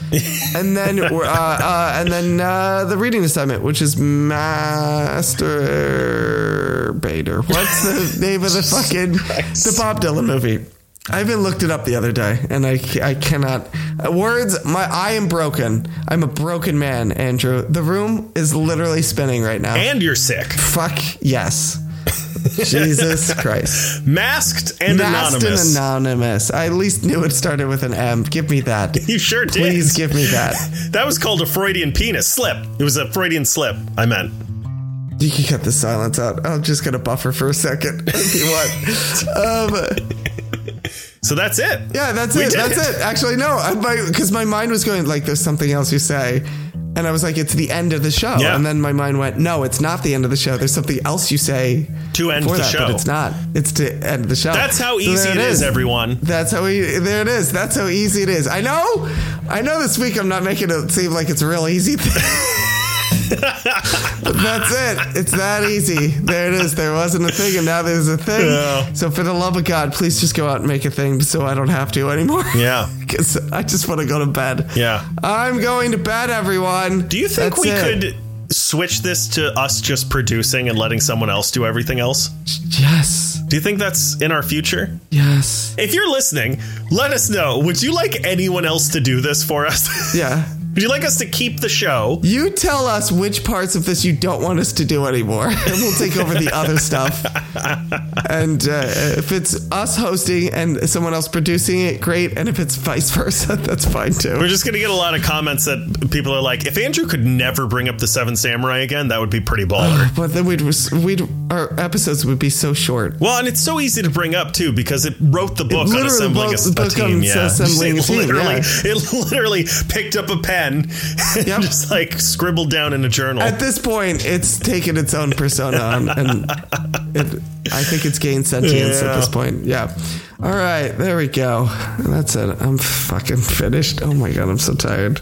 B: and then, we're, uh, uh, and then uh, the reading assignment, which is Master Bader. What's the name of the fucking the Bob Dylan movie? I even looked it up the other day, and I ca- I cannot uh, words. My I am broken. I'm a broken man, Andrew. The room is literally spinning right now.
C: And you're sick.
B: Fuck yes, Jesus Christ.
C: Masked and
B: Masked
C: anonymous.
B: and anonymous. I at least knew it started with an M. Give me that.
C: you sure did.
B: Please give me that.
C: That was called a Freudian penis slip. It was a Freudian slip, I meant.
B: You can cut the silence out. I'm just gonna buffer for a second. If you want. Um,
C: So that's it.
B: yeah, that's
C: We
B: it.
C: did
B: That's
C: it.
B: it. Actually, no, because my, mind was going like, "There's something else you say," and I was like, "It's the end of the show."
C: Yeah.
B: And then my mind went, "No, it's not the end of the show. There's something else you say
C: To end
B: before
C: the
B: that,
C: show.
B: but it's not. It's to end the show."
C: That's how
B: So
C: easy
B: there
C: it is, everyone.
B: That's how e- there it is. That's how easy it is. I know. I know this week I'm not making it seem like it's a real easy thing. but that's it. It's that easy. There it is. There wasn't a thing and now there's a thing.
C: Yeah.
B: So for the love of God, please just go out and make a thing so I don't have to anymore.
C: Yeah.
B: Cuz I just want to go to bed.
C: Yeah.
B: I'm going to bed everyone.
C: Do you think
B: That's
C: we
B: it.
C: could switch this to us just producing and letting someone else do everything else?
B: Yes.
C: Do you think that's in our future?
B: Yes.
C: If you're listening, let us know. Would you like anyone else to do this for us?
B: Yeah.
C: Would you like us to keep the show?
B: You tell us which parts of this you don't want us to do anymore, and we'll take over the other stuff. And uh, if it's us hosting and someone else producing it, great. And if it's vice versa, that's fine
C: We're
B: too.
C: just going to get a lot of comments that people are like, if Andrew could never bring up the Seven Samurai again, that would be pretty baller.
B: But then we'd we'd our episodes would be so short.
C: well, and it's so easy to bring up, too, because it wrote the book on
B: literally
C: assembling a,
B: wrote the
C: a
B: book
C: team.
B: on
C: Yeah.
B: assembling a
C: it,
B: team,
C: literally,
B: yeah.
C: it literally picked up a pen and
B: Yep.
C: just like scribbled down in a journal.
B: At this point, it's taken its own persona on, and it, I think it's gained sentience
C: Yeah.
B: at this point. Yeah. All right, there we go. That's it. I'm fucking finished. Oh my god, I'm so tired.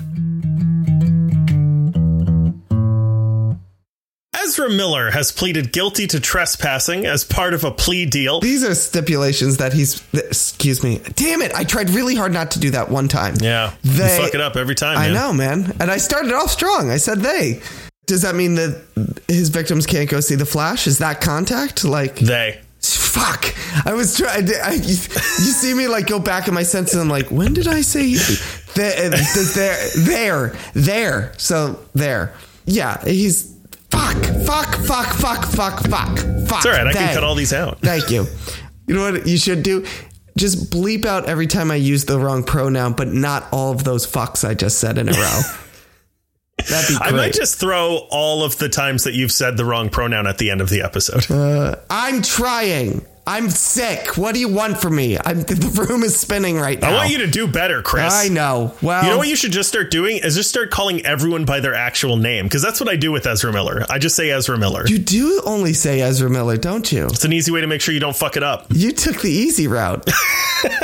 C: Ezra Miller has pleaded guilty to trespassing as part of a plea deal.
B: These are stipulations that he's. th- Excuse me. Damn it! I tried really hard not to do that one time.
C: Yeah.
B: They-
C: you fuck it up every time,
B: I
C: man.
B: know, man. And I started off strong. I said they. Does that mean that his victims can't go see the Flash? Is that contact? Like,
C: They.
B: fuck! I was trying. to- I, you, you see me like go back in my senses. and I'm like, when did I say there? uh, There, there, there. So there. Yeah, he's fuck, fuck, fuck, fuck, fuck, fuck, fuck.
C: It's all right. I
B: they.
C: can cut all these out.
B: Thank you. You know what you should do? Just bleep out every time I use the wrong pronoun, but not all of those fucks I just said in a row. That'd be
C: I might
B: great.
C: just throw
B: Uh,
C: all of the times that you've said the wrong pronoun at the end of the episode.
B: I'm trying. I'm sick. What do you want from me? I'm the room is spinning right now.
C: I want you to do better, Chris.
B: I know. Well,
C: You know what you should just start doing is just start calling everyone by their actual name because that's what I do with Ezra Miller. I just say Ezra Miller.
B: you do only say Ezra Miller, don't you?
C: it's an easy way to make sure you don't fuck it up.
B: You took the easy route,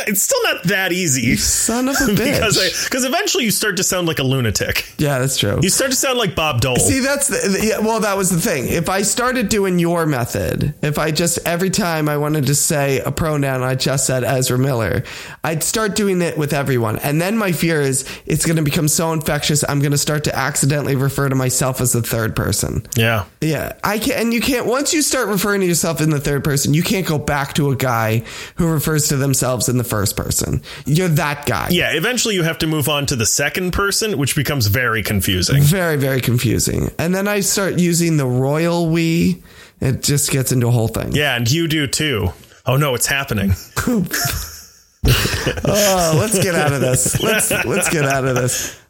C: It's still not that easy
B: son of a bitch.
C: because I- because eventually you start to sound like a lunatic.
B: yeah, that's true.
C: You start to sound like Bob Dole.
B: See, that's the, the- yeah, well, that was the thing. If I started doing your method, if I just every time I wanted to say a pronoun, I just said Ezra Miller, I'd start doing it with everyone. And then my fear is it's going to become so infectious, I'm going to start to accidentally refer to myself as the third person.
C: yeah.
B: Yeah, I can and you can't once you start referring to yourself in the third person, you can't go back to a guy who refers to themselves in the first person. You're that guy.
C: Yeah, eventually you have to move on to the second person, which becomes very confusing.
B: Very, very confusing. And then I start using the royal we. It just gets into a whole thing.
C: Yeah, and you do too. Oh no, it's happening.
B: Oh, let's get out of this. Let's let's get out of this.